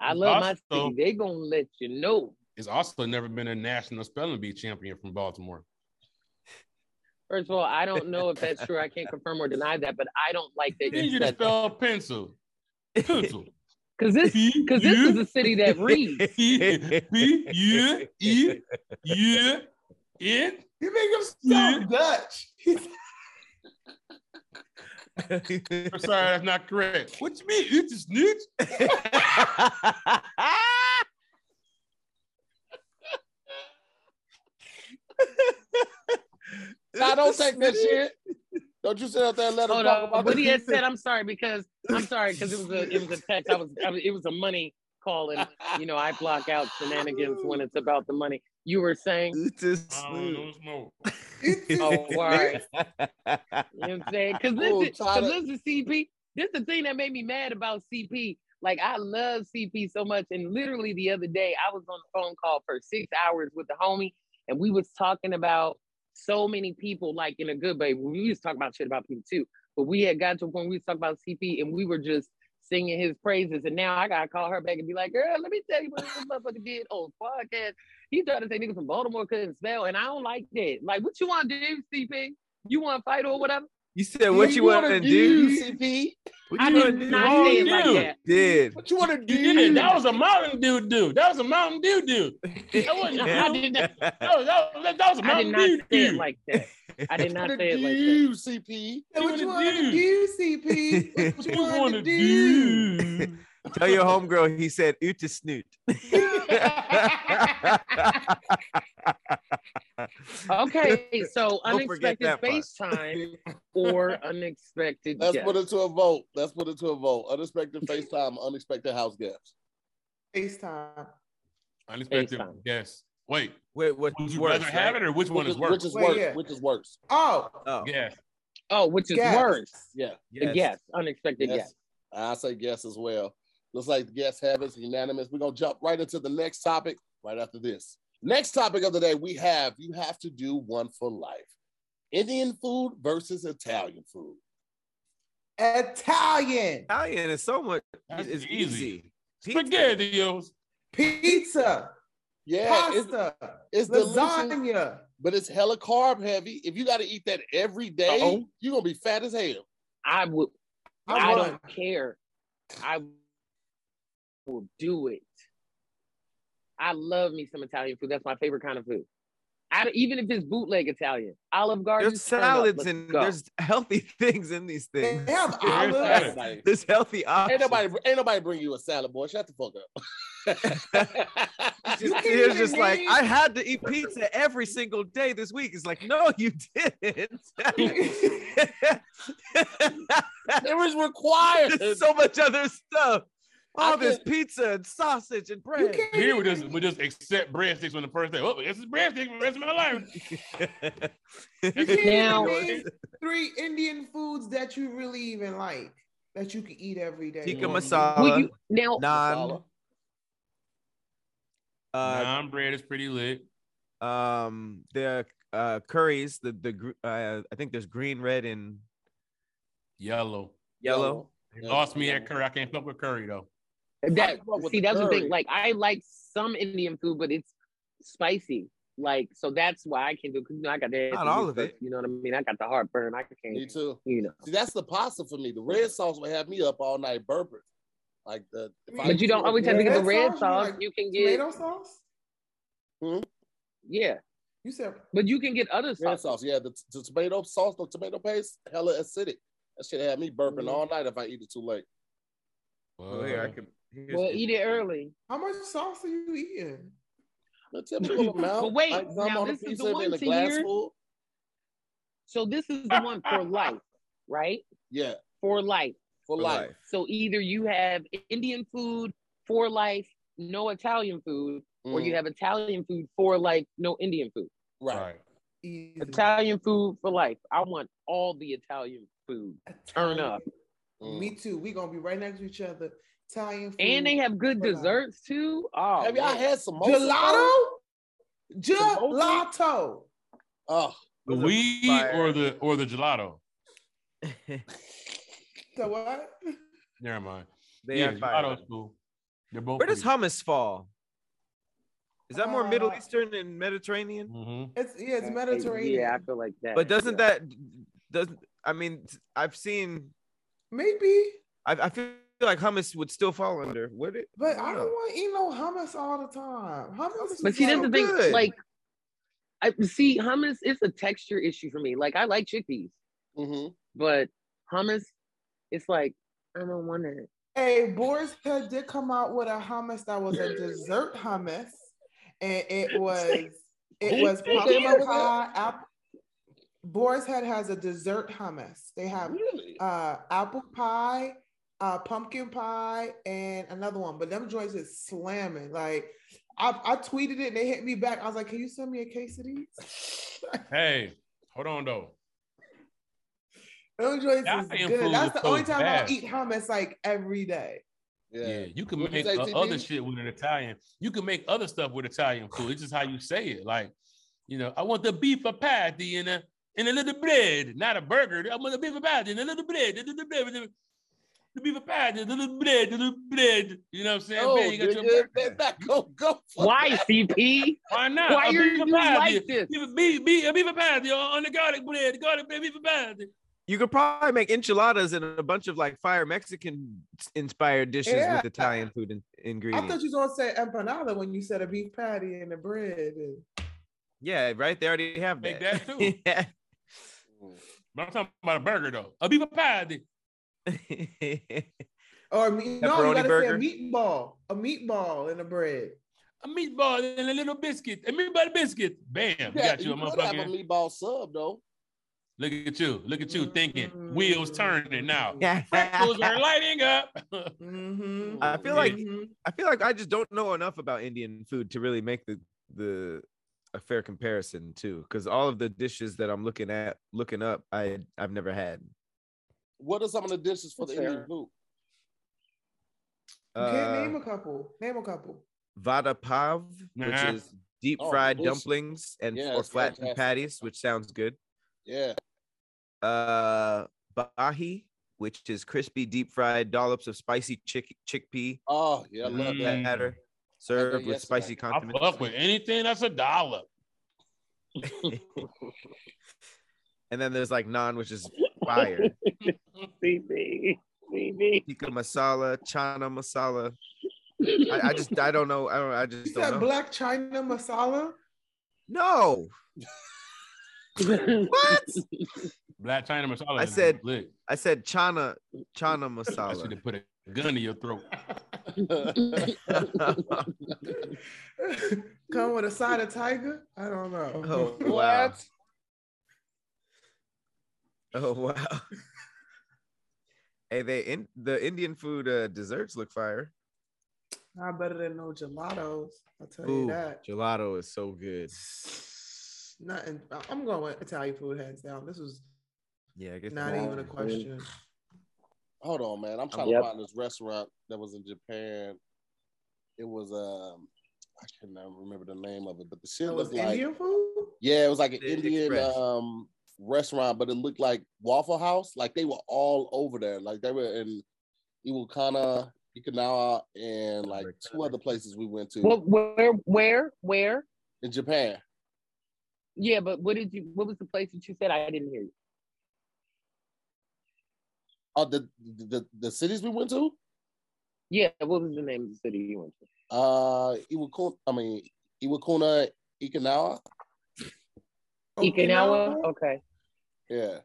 Speaker 1: I love my
Speaker 3: Also-
Speaker 1: city. They gonna let you know.
Speaker 3: It's also never been a national spelling bee champion from Baltimore.
Speaker 1: First of all, I don't know if that's true. I can't confirm or deny that, but I don't like that
Speaker 3: Then
Speaker 1: you
Speaker 3: you to
Speaker 1: said
Speaker 3: spell pencil. Pencil.
Speaker 1: because this because this is a city that reads.
Speaker 3: B U E U N.
Speaker 4: You make him sound Dutch.
Speaker 3: I'm sorry, that's not correct. What you mean? It's a snitch?
Speaker 2: I don't take that shit. Don't you sit out there and let them
Speaker 1: Hold
Speaker 2: talk
Speaker 1: on,
Speaker 2: about
Speaker 1: but he
Speaker 2: the
Speaker 1: had said, "I'm sorry," because I'm sorry because it was a it was a text. I was, I was it was a money call, and you know I block out shenanigans when it's about the money. You were saying,
Speaker 3: I don't know, smoke.
Speaker 1: "Oh, all right." You know what I'm saying? Because
Speaker 2: Ooh,
Speaker 1: listen,
Speaker 2: Tyler.
Speaker 1: cause listen, CP, this is the thing that made me mad about CP. Like, I love CP so much. And literally the other day, I was on a phone call for six hours with the homie, and we was talking about so many people, like in a good way. We was talking about shit about people too. But we had got to a point we was talking about CP and we were just singing his praises. And now I gotta call her back and be like, girl, let me tell you what this motherfucker did on podcast. He tried to say niggas from Baltimore couldn't spell, and I don't like that. Like, what you wanna do, CP? You wanna fight or whatever?
Speaker 5: You said what you want to do?
Speaker 2: CP?
Speaker 5: What
Speaker 1: I
Speaker 5: you wanna
Speaker 1: did
Speaker 5: do?
Speaker 1: not say it
Speaker 3: Wrong
Speaker 1: like
Speaker 3: dude.
Speaker 1: that.
Speaker 5: Did.
Speaker 2: What you want to do?
Speaker 3: You did it. That was a Mountain Dew dude. That was a Mountain Dew dude. That wasn't
Speaker 1: I did not,
Speaker 3: That was, that was, that was a
Speaker 1: I did
Speaker 3: Mountain
Speaker 1: not
Speaker 3: Dew
Speaker 1: say it
Speaker 3: dude.
Speaker 1: like that. I did not
Speaker 2: What
Speaker 1: say it like that.
Speaker 2: you, CP?
Speaker 4: Hey, what you
Speaker 2: What
Speaker 4: want to do, CP?
Speaker 2: you want to
Speaker 4: wanna
Speaker 2: do?
Speaker 5: Tell your homegirl he said oot to snoot.
Speaker 1: Okay, so
Speaker 5: Don't forget
Speaker 1: unexpected
Speaker 5: that part.
Speaker 1: face time or unexpected
Speaker 2: Let's
Speaker 1: guest.
Speaker 2: put it to a vote. Let's put it to a vote. Unexpected FaceTime, unexpected house guests.
Speaker 4: FaceTime.
Speaker 3: Unexpected
Speaker 1: FaceTime.
Speaker 3: guest. Wait,
Speaker 5: Wait, what?
Speaker 3: would you
Speaker 5: worse,
Speaker 3: rather have
Speaker 5: right?
Speaker 3: it or which one
Speaker 2: Which
Speaker 3: is
Speaker 2: is, which
Speaker 3: worse?
Speaker 2: is
Speaker 4: Well,
Speaker 2: worse?
Speaker 4: yeah.
Speaker 2: Which is worse?
Speaker 4: Oh,
Speaker 5: Oh,
Speaker 3: Yes.
Speaker 1: oh, which is
Speaker 4: guess.
Speaker 1: worse.
Speaker 2: Yeah.
Speaker 1: Yes, unexpected
Speaker 2: Yes.
Speaker 1: guest.
Speaker 2: I say yes as well. Looks like the guests have it unanimous. We're gonna jump right into the next topic right after this. Next topic of the day we have you have to do one for life. Indian food versus Italian food.
Speaker 4: Italian
Speaker 5: Italian is so much.
Speaker 3: That's
Speaker 5: it's
Speaker 3: easy.
Speaker 5: easy. Pizza.
Speaker 3: Spaghettios.
Speaker 4: pizza,
Speaker 2: Yeah, it's,
Speaker 4: pasta,
Speaker 2: it's delicious,
Speaker 4: lasagna.
Speaker 2: but it's hella carb heavy. If you got to eat that every
Speaker 1: Uh-oh.
Speaker 2: you're gonna be fat as hell.
Speaker 1: I would. I,
Speaker 4: I won.
Speaker 1: don't care. I will do it. I love me some Italian food. That's my favorite kind of food. I, even if it's bootleg Italian, Olive Garden.
Speaker 5: There's
Speaker 1: turn up.
Speaker 5: salads
Speaker 1: Let's
Speaker 5: and
Speaker 1: go.
Speaker 5: there's healthy things in these
Speaker 4: They
Speaker 5: things.
Speaker 4: have
Speaker 3: Here's
Speaker 4: olives.
Speaker 3: salad.
Speaker 2: Everybody.
Speaker 5: There's healthy
Speaker 2: Ain't
Speaker 5: options.
Speaker 2: nobody, ain't nobody bring you a salad, boy. Shut the fuck up.
Speaker 4: You can't
Speaker 5: It's
Speaker 4: even
Speaker 5: just like
Speaker 4: name-
Speaker 5: I had to eat pizza every single day this week. It's like, no, you didn't.
Speaker 2: there was required.
Speaker 5: There's so much other stuff.
Speaker 2: I
Speaker 5: All this pizza and sausage and
Speaker 4: You
Speaker 5: bread.
Speaker 4: can't
Speaker 3: Here we
Speaker 4: even-
Speaker 3: just we just accept breadsticks on the first day. Oh, this is breadsticks for the rest of my life.
Speaker 4: You can't even
Speaker 1: Now-
Speaker 4: name three Indian foods that you really even like that you can eat every day.
Speaker 5: Tikka
Speaker 1: Will
Speaker 5: masala,
Speaker 1: you now?
Speaker 5: naan. Uh,
Speaker 3: Naan bread is pretty lit.
Speaker 5: um, the uh, curries, the the gr- uh, I think there's green, red, and
Speaker 3: Yellow.
Speaker 5: yellow.
Speaker 3: They lost me at curry. I can't fuck with curry though.
Speaker 1: That
Speaker 2: I fuck with
Speaker 1: see,
Speaker 2: the
Speaker 1: that's the
Speaker 2: curry.
Speaker 1: thing. Like I like some Indian food, but it's spicy. Like so, that's why I can do. Cause you know, I got that.
Speaker 5: Not all of it.
Speaker 1: You know what I mean? I got the heartburn. I can't.
Speaker 2: Me too.
Speaker 1: You know.
Speaker 2: See, that's the pasta for me. The red sauce would have me up all night burping. Like the. if I-
Speaker 1: But you don't always have to get the red sauce.
Speaker 4: like
Speaker 1: You can get
Speaker 4: Tomato sauce?
Speaker 1: yeah,
Speaker 4: You said
Speaker 1: but you can get other
Speaker 2: Red
Speaker 1: sauce.
Speaker 2: sauce, yeah. The, the tomato sauce, the tomato paste, hella acidic. That shit had me burping
Speaker 1: Mm-hmm.
Speaker 2: all night if I eat it too late.
Speaker 5: Oh, here, I could. here's
Speaker 1: Well,
Speaker 5: it.
Speaker 1: eat it eally.
Speaker 4: how much sauce are you eating?
Speaker 2: The typical amount.
Speaker 1: But wait,
Speaker 2: like some
Speaker 1: now
Speaker 2: on a
Speaker 1: this is the
Speaker 2: pizza and
Speaker 1: one
Speaker 2: then a
Speaker 1: to
Speaker 2: glass
Speaker 1: hear.
Speaker 2: full.
Speaker 1: So this is the one for life, right?
Speaker 2: Yeah,
Speaker 1: For life.
Speaker 2: for,
Speaker 5: For
Speaker 2: life.
Speaker 5: life.
Speaker 1: So either you have Indian food for life, no Italian food, or you
Speaker 2: Mm,
Speaker 1: have Italian food for life, no Indian food.
Speaker 2: right.
Speaker 4: Easy.
Speaker 1: Italian food for life. I want all the Italian food. Turn up.
Speaker 2: Mm.
Speaker 4: Me too. We gonna be right next to each other. Italian food.
Speaker 1: And they have good
Speaker 4: For life.
Speaker 1: desserts too. Oh,
Speaker 2: have y'all
Speaker 1: man.
Speaker 2: had some
Speaker 4: gelato. Gelato.
Speaker 2: Oh,
Speaker 3: The
Speaker 5: Those are
Speaker 3: weed
Speaker 5: fire.
Speaker 3: or the or the gelato.
Speaker 4: So what?
Speaker 3: Never mind.
Speaker 5: They
Speaker 3: yeah,
Speaker 5: are fire.
Speaker 3: gelato's cool. They're both.
Speaker 5: Where does
Speaker 3: pretty-
Speaker 5: hummus fall? Is that more Middle
Speaker 4: Uh,
Speaker 5: Eastern and Mediterranean?
Speaker 3: Mhm.
Speaker 4: It's yeah, it's Mediterranean.
Speaker 1: Yeah, I feel like that.
Speaker 5: But doesn't
Speaker 1: Yeah.
Speaker 5: that doesn't I mean I've seen
Speaker 4: Maybe,
Speaker 5: I, I feel like hummus would still fall under would it?
Speaker 4: but I
Speaker 5: No.
Speaker 4: don't want to eat no hummus all the time. Hummus.
Speaker 1: But
Speaker 4: is
Speaker 1: see, that's
Speaker 4: like-
Speaker 1: the thing.
Speaker 5: good.
Speaker 1: Like, I see hummus. It's a texture issue for me. Like, I like chickpeas,
Speaker 2: hmm
Speaker 1: but hummus, it's like I don't want it.
Speaker 4: Hey, Boris Head did come out with a hummus that was a dessert hummus, and it was it
Speaker 2: Who-
Speaker 4: was
Speaker 2: who
Speaker 4: pumpkin
Speaker 2: came up with
Speaker 4: pie. Apple. Boris Head has a dessert hummus. They have
Speaker 2: really?
Speaker 4: uh apple pie, uh pumpkin pie, and another one. But them joints is slamming. Like I, I tweeted it and they hit me back. I was like, Can you send me a case of these?
Speaker 3: Hey, hold on though.
Speaker 4: Them joints is
Speaker 3: Italian
Speaker 4: good.
Speaker 3: food
Speaker 4: That's
Speaker 3: is
Speaker 4: the only
Speaker 3: so
Speaker 4: time
Speaker 3: vast.
Speaker 4: I eat hummus like every day.
Speaker 2: Yeah.
Speaker 3: Yeah, you can
Speaker 2: What'd
Speaker 3: make
Speaker 2: you say,
Speaker 3: o-
Speaker 2: TP?
Speaker 3: other shit with an Italian. You can make other stuff with Italian food. It's just how you say it. Like, you know, I want the beef a patty and a and a little bread, not a burger. I want the beef a patty and a little bread. The, little bread, the, the beef a patty, the little bread, the little bread. You know what I'm saying?
Speaker 2: No,
Speaker 3: Man, you got your
Speaker 2: Oh, nigga,
Speaker 3: burger.
Speaker 2: that's not go go. for
Speaker 1: Why,
Speaker 2: that.
Speaker 1: CP?
Speaker 3: Why not?
Speaker 1: Why
Speaker 3: A
Speaker 1: are
Speaker 3: beef a
Speaker 1: you
Speaker 3: patty.
Speaker 1: like this?
Speaker 3: Beef, beef, beef, beef a patty uh, on on the garlic bread, garlic bread, beef a patty.
Speaker 5: You could probably make enchiladas and a bunch of like fire Mexican inspired dishes
Speaker 4: Yeah.
Speaker 5: with Italian food in,
Speaker 4: I
Speaker 5: ingredients.
Speaker 4: thought you was gonna say empanada when you said a beef patty and the bread.
Speaker 5: yeah, right. They already have
Speaker 3: Make
Speaker 5: that.
Speaker 3: that too.
Speaker 5: yeah.
Speaker 3: But I'm talking about a burger though. A beef pie. then.
Speaker 4: Or me- no, you
Speaker 5: Pepperoni
Speaker 4: gotta
Speaker 5: burger?
Speaker 4: say a meatball, a meatball in the bread.
Speaker 3: A meatball and a little biscuit. A meatball biscuit. Bam. You got you a
Speaker 2: could have a
Speaker 3: motherfucker.
Speaker 2: meatball sub though.
Speaker 3: Look at you. Look at you thinking. Wheels turning now. Those are
Speaker 5: I
Speaker 3: lighting up.
Speaker 4: Mm-hmm.
Speaker 1: Uh,
Speaker 5: I feel like- feel like I just don't know enough about Indian food to really make the the a fair comparison too, because all of the dishes that I'm looking at, looking up, I I've never had.
Speaker 2: What are some of the dishes for the
Speaker 1: Sure.
Speaker 2: Indian food?
Speaker 4: okay,
Speaker 5: Uh,
Speaker 4: name a couple. Name a couple.
Speaker 5: vada pav, which
Speaker 3: Nah.
Speaker 5: is deep
Speaker 2: Oh,
Speaker 5: fried
Speaker 2: awesome.
Speaker 5: dumplings and
Speaker 2: Yeah,
Speaker 5: or
Speaker 2: it's
Speaker 5: flattened
Speaker 2: fantastic.
Speaker 5: patties, which sounds good.
Speaker 2: Yeah,
Speaker 5: Uh, bahi, which is crispy deep fried dollops of spicy chick chickpea
Speaker 2: oh yeah, I love that.
Speaker 3: Mm.
Speaker 5: batter, served with
Speaker 2: yesterday.
Speaker 5: spicy
Speaker 3: I
Speaker 5: condiments.
Speaker 3: fuck with anything that's a dollar.
Speaker 5: And then there's like naan, which is fire.
Speaker 1: CB. CB.
Speaker 5: Tikka masala, chana masala. I, I just I don't know. I don't. I
Speaker 4: You
Speaker 5: just
Speaker 4: said
Speaker 5: don't know.
Speaker 4: black China masala.
Speaker 5: No, what?
Speaker 3: Black China masala.
Speaker 5: I
Speaker 3: is
Speaker 5: said-
Speaker 3: lit.
Speaker 5: I said chana chana
Speaker 3: I should have
Speaker 5: masala.
Speaker 3: put a gun in your throat.
Speaker 4: Come with a side of tiger. I don't know.
Speaker 5: oh wow!
Speaker 2: What?
Speaker 5: Oh wow! Hey, they in the Indian food uh, desserts look fire.
Speaker 4: Not better than no gelatos. I'll tell you
Speaker 5: Ooh,
Speaker 4: that.
Speaker 5: gelato is so good.
Speaker 4: Nothing. I- I'm going with Italian food hands down. This was
Speaker 5: Yeah, I guess
Speaker 4: not
Speaker 2: wrong
Speaker 4: even a
Speaker 2: food.
Speaker 4: question.
Speaker 2: Hold on, man. I'm trying
Speaker 1: Yep.
Speaker 2: to find this restaurant that was in Japan. It was um, I cannot remember the name of it, but the shit
Speaker 4: It was
Speaker 2: looked like
Speaker 4: Indian food.
Speaker 2: yeah, it was like an
Speaker 5: Indian
Speaker 2: Indian
Speaker 5: Express.
Speaker 2: um restaurant, but it looked like Waffle House. Like they were all over there. Like they were in Iwakana, Ikanawa, and like two other places we went to
Speaker 1: What, where, where, where?
Speaker 2: in Japan.
Speaker 1: Yeah, but what did you? What was the place that you said I didn't hear you?
Speaker 2: Oh, the the the cities we went to.
Speaker 1: Yeah, what was the name of the city you went to?
Speaker 2: Uh, Iwakuna. I mean Iwakuna, Ikanawa.
Speaker 4: Oh,
Speaker 1: Okinawa.
Speaker 4: Okinawa?
Speaker 1: Okay,
Speaker 2: Yeah.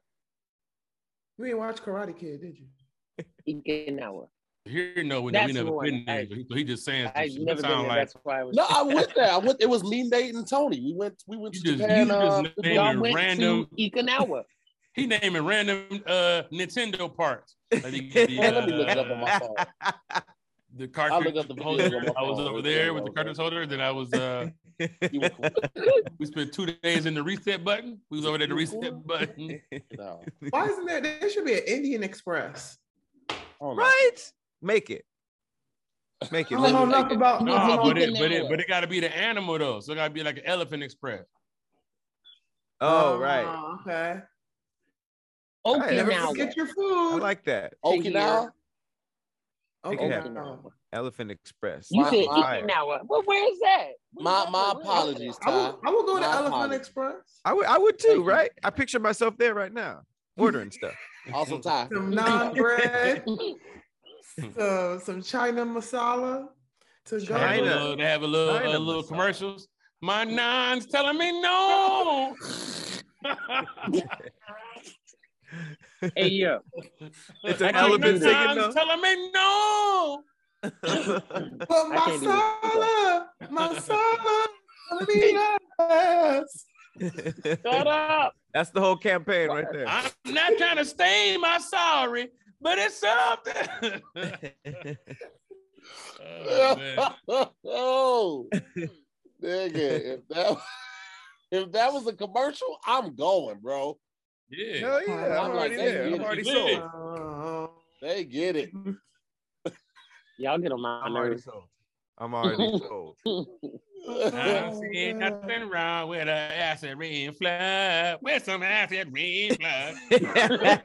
Speaker 4: You ain't watch Karate Kid, did you?
Speaker 1: Okinawa.
Speaker 3: Here, no, we,
Speaker 1: That's
Speaker 3: we never
Speaker 1: the one.
Speaker 3: been there.
Speaker 1: I-
Speaker 3: so he just saying some
Speaker 1: I've
Speaker 3: shit.
Speaker 1: never
Speaker 3: That
Speaker 1: been there.
Speaker 3: sound like
Speaker 1: That's why I was.
Speaker 2: No, I went there. I went. It was me, Nate, and Tony. We went. We went to
Speaker 3: you just
Speaker 2: Japan.
Speaker 3: you
Speaker 2: uh,
Speaker 3: just naming
Speaker 1: Y'all went
Speaker 3: random.
Speaker 1: to Okinawa.
Speaker 3: He naming random uh Nintendo parts. Like the,
Speaker 2: Man, let me look it up
Speaker 3: uh,
Speaker 2: on my phone.
Speaker 3: the
Speaker 2: I'll
Speaker 3: cartridge
Speaker 2: look up the video
Speaker 3: holder.
Speaker 2: on my
Speaker 3: I was
Speaker 2: phone.
Speaker 3: over there with the cartridge holder. Then I was uh
Speaker 2: You were cool.
Speaker 3: we spent two days in the reset button. We was over there at the reset button.
Speaker 2: No,
Speaker 4: Why isn't there? There should be an Indian Express.
Speaker 2: I don't know.
Speaker 5: right? Make it. Make
Speaker 4: I don't
Speaker 5: it.
Speaker 4: know
Speaker 5: Let me
Speaker 4: enough about.
Speaker 3: No, but
Speaker 4: about-
Speaker 3: it but it but it gotta be the animal though. So it gotta be like an elephant express.
Speaker 5: Oh, right.
Speaker 4: Ah, Okay.
Speaker 5: Hey,
Speaker 4: Never
Speaker 1: Okinawa.
Speaker 4: forget your
Speaker 5: I
Speaker 4: food.
Speaker 5: like that.
Speaker 2: Okinawa.
Speaker 5: It
Speaker 4: okay.
Speaker 5: could happen.
Speaker 4: now.
Speaker 5: Elephant Express.
Speaker 1: You
Speaker 2: My-
Speaker 1: said
Speaker 2: my-
Speaker 1: Okinawa. Well, where is that? What
Speaker 2: My-
Speaker 1: is that?
Speaker 2: my
Speaker 1: Where is
Speaker 2: apologies.
Speaker 1: that?
Speaker 4: I
Speaker 5: uh,
Speaker 4: will, I will go to
Speaker 2: My
Speaker 4: Elephant
Speaker 2: apologies.
Speaker 4: Express.
Speaker 5: I would I would too,
Speaker 2: Thank you.
Speaker 5: right? I picture myself there right now, ordering stuff.
Speaker 2: Also, Thai.
Speaker 4: Some non bread, some, some China masala to
Speaker 3: They have a
Speaker 5: China.
Speaker 4: go.
Speaker 3: little, they have a little,
Speaker 5: China
Speaker 3: uh, little
Speaker 5: massage.
Speaker 3: commercials. My non's telling me no.
Speaker 1: Hey, yo.
Speaker 5: It's
Speaker 1: I can't
Speaker 5: an
Speaker 1: do
Speaker 5: elephant
Speaker 1: that.
Speaker 5: singing
Speaker 3: non's telling me no.
Speaker 5: though.
Speaker 4: But
Speaker 1: I can't do
Speaker 4: masala, masala, lead us.
Speaker 1: Shut up.
Speaker 5: That's the whole campaign right
Speaker 3: I'm not trying to stain my sorry, but it's something.
Speaker 5: there.
Speaker 3: Oh, man.
Speaker 2: oh, nigga! If that if that was a commercial, I'm going, bro.
Speaker 3: yeah.
Speaker 5: Hell yeah, Oh, I'm
Speaker 2: I'm
Speaker 5: already
Speaker 2: like,
Speaker 5: there.
Speaker 2: thank
Speaker 5: I'm
Speaker 2: you.
Speaker 5: already
Speaker 3: Yeah.
Speaker 5: sold.
Speaker 4: Oh,
Speaker 2: They get it.
Speaker 1: Y'all get on my
Speaker 5: I'm already
Speaker 1: nerves.
Speaker 5: sold. I'm already sold.
Speaker 3: I
Speaker 4: Oh,
Speaker 3: don't see
Speaker 4: man.
Speaker 3: nothing wrong with an acid rain flood. With some acid rain flood.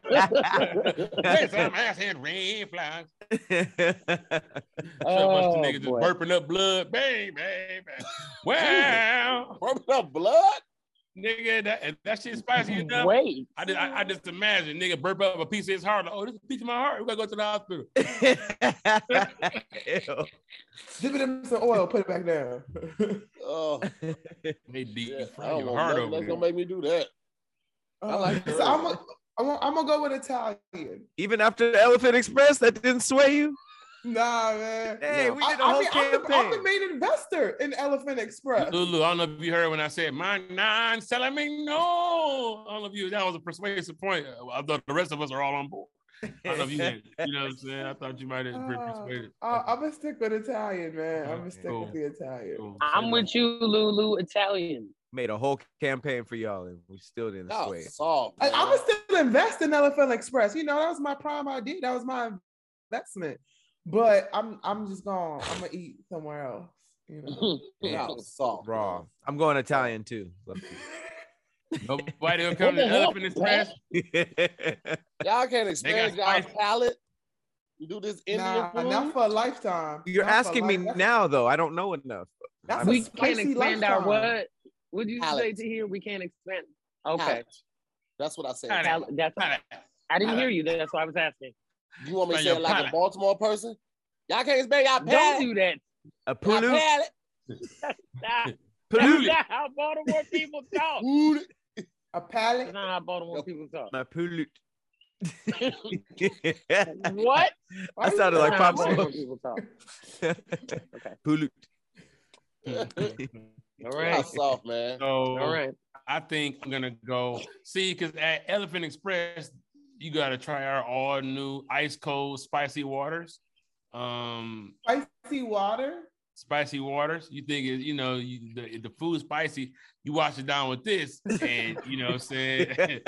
Speaker 3: With some acid rain flood. So much the nigga just
Speaker 1: boy.
Speaker 3: burping up blood. Bang, bang, bang. Well,
Speaker 2: Rubbing up blood.
Speaker 3: nigga, that, if that shit spicy enough.
Speaker 1: Wait.
Speaker 3: I, did, I, I just imagine nigga burp up a piece of his heart. Like, oh, this is a piece of my heart. We gotta go to the hospital.
Speaker 4: Dip it in some oil, put it back down.
Speaker 2: Oh,
Speaker 3: They deep
Speaker 2: yeah.
Speaker 3: yeah,
Speaker 2: I don't
Speaker 3: your
Speaker 2: know.
Speaker 3: heart
Speaker 2: Nothing
Speaker 3: over
Speaker 2: That's
Speaker 3: there.
Speaker 2: gonna make me do that. I like
Speaker 4: Uh, so I'm gonna I'm gonna- I'm gonna go with Italian.
Speaker 5: Even after the Elephant Express, that didn't sway you.
Speaker 4: Nah, man.
Speaker 5: Hey, we
Speaker 4: I,
Speaker 5: did a
Speaker 4: I
Speaker 5: whole
Speaker 4: mean, I'm, the, I'm the
Speaker 5: campaign.
Speaker 4: main investor in Elephant Express.
Speaker 3: Lulu, I don't know if you heard when I said my nine selling no. I don't know if you that was a persuasive point. I thought the rest of us are all on board. I don't know if you did. You know what I'm saying? I thought you might have been
Speaker 4: Uh,
Speaker 3: persuaded.
Speaker 4: uh, I'm gonna stick with Italian, man. I'm gonna stick
Speaker 3: Cool.
Speaker 4: with the Italian.
Speaker 3: So,
Speaker 1: I'm with you, Lulu Italian.
Speaker 5: Made a whole campaign for y'all, and we still didn't
Speaker 2: Y'all
Speaker 5: sway.
Speaker 2: soft,
Speaker 4: I,
Speaker 2: man.
Speaker 4: I would still invest in Elephant Express. You know, that was my prime idea. That was my investment. But I'm I'm just gonna I'm gonna eat somewhere else. You know.
Speaker 2: Y'all soft,
Speaker 5: Raw.
Speaker 2: man.
Speaker 5: I'm going Italian too.
Speaker 3: Nobody will
Speaker 1: What the
Speaker 3: come to the
Speaker 1: hell,
Speaker 3: elephant express.
Speaker 2: Y'all can't expand
Speaker 3: got
Speaker 2: y'all
Speaker 3: spice.
Speaker 2: palate. You do this Indian
Speaker 4: Nah,
Speaker 2: food.
Speaker 4: not for a lifetime.
Speaker 5: You're
Speaker 4: Not for
Speaker 5: asking me
Speaker 4: life-
Speaker 5: now, though. I don't know enough.
Speaker 4: That's
Speaker 1: we
Speaker 4: a
Speaker 1: can't
Speaker 4: spicy
Speaker 1: expand our
Speaker 4: lifetime.
Speaker 1: what? Would you say
Speaker 2: Palate.
Speaker 1: to here? We can't expand. Okay,
Speaker 2: Palate. That's what I said.
Speaker 3: Palate.
Speaker 1: Pal- that's. I didn't hear you. That's why I was asking.
Speaker 2: You want me to
Speaker 3: Expand
Speaker 2: say it
Speaker 3: your
Speaker 2: like a
Speaker 3: palate.
Speaker 2: Baltimore person? Y'all can't expand y'all
Speaker 1: Don't
Speaker 2: palate.
Speaker 1: do that.
Speaker 5: A
Speaker 2: Y'all
Speaker 5: pulu,
Speaker 2: palate.
Speaker 1: Nah, That's
Speaker 5: pulu,
Speaker 1: not how Baltimore people talk.
Speaker 2: Ooh,
Speaker 4: A
Speaker 1: That's
Speaker 4: palate.
Speaker 1: not how Baltimore people talk.
Speaker 5: my pulu.
Speaker 1: What?
Speaker 4: Why
Speaker 5: I
Speaker 4: you-
Speaker 5: sounded like
Speaker 1: That's not how
Speaker 5: Pop
Speaker 1: Baltimore
Speaker 5: Smoke.
Speaker 1: people talk.
Speaker 5: Pulu.
Speaker 1: All
Speaker 2: Y'all
Speaker 1: right.
Speaker 2: soft, man.
Speaker 3: So
Speaker 1: All right.
Speaker 3: I think I'm gonna go see because at Elephant Express you gotta try our all new ice cold spicy waters. Um,
Speaker 4: Spicy water.
Speaker 3: spicy waters. You think it, you know you, the the food spicy. You wash it down with this, and you know what I'm saying it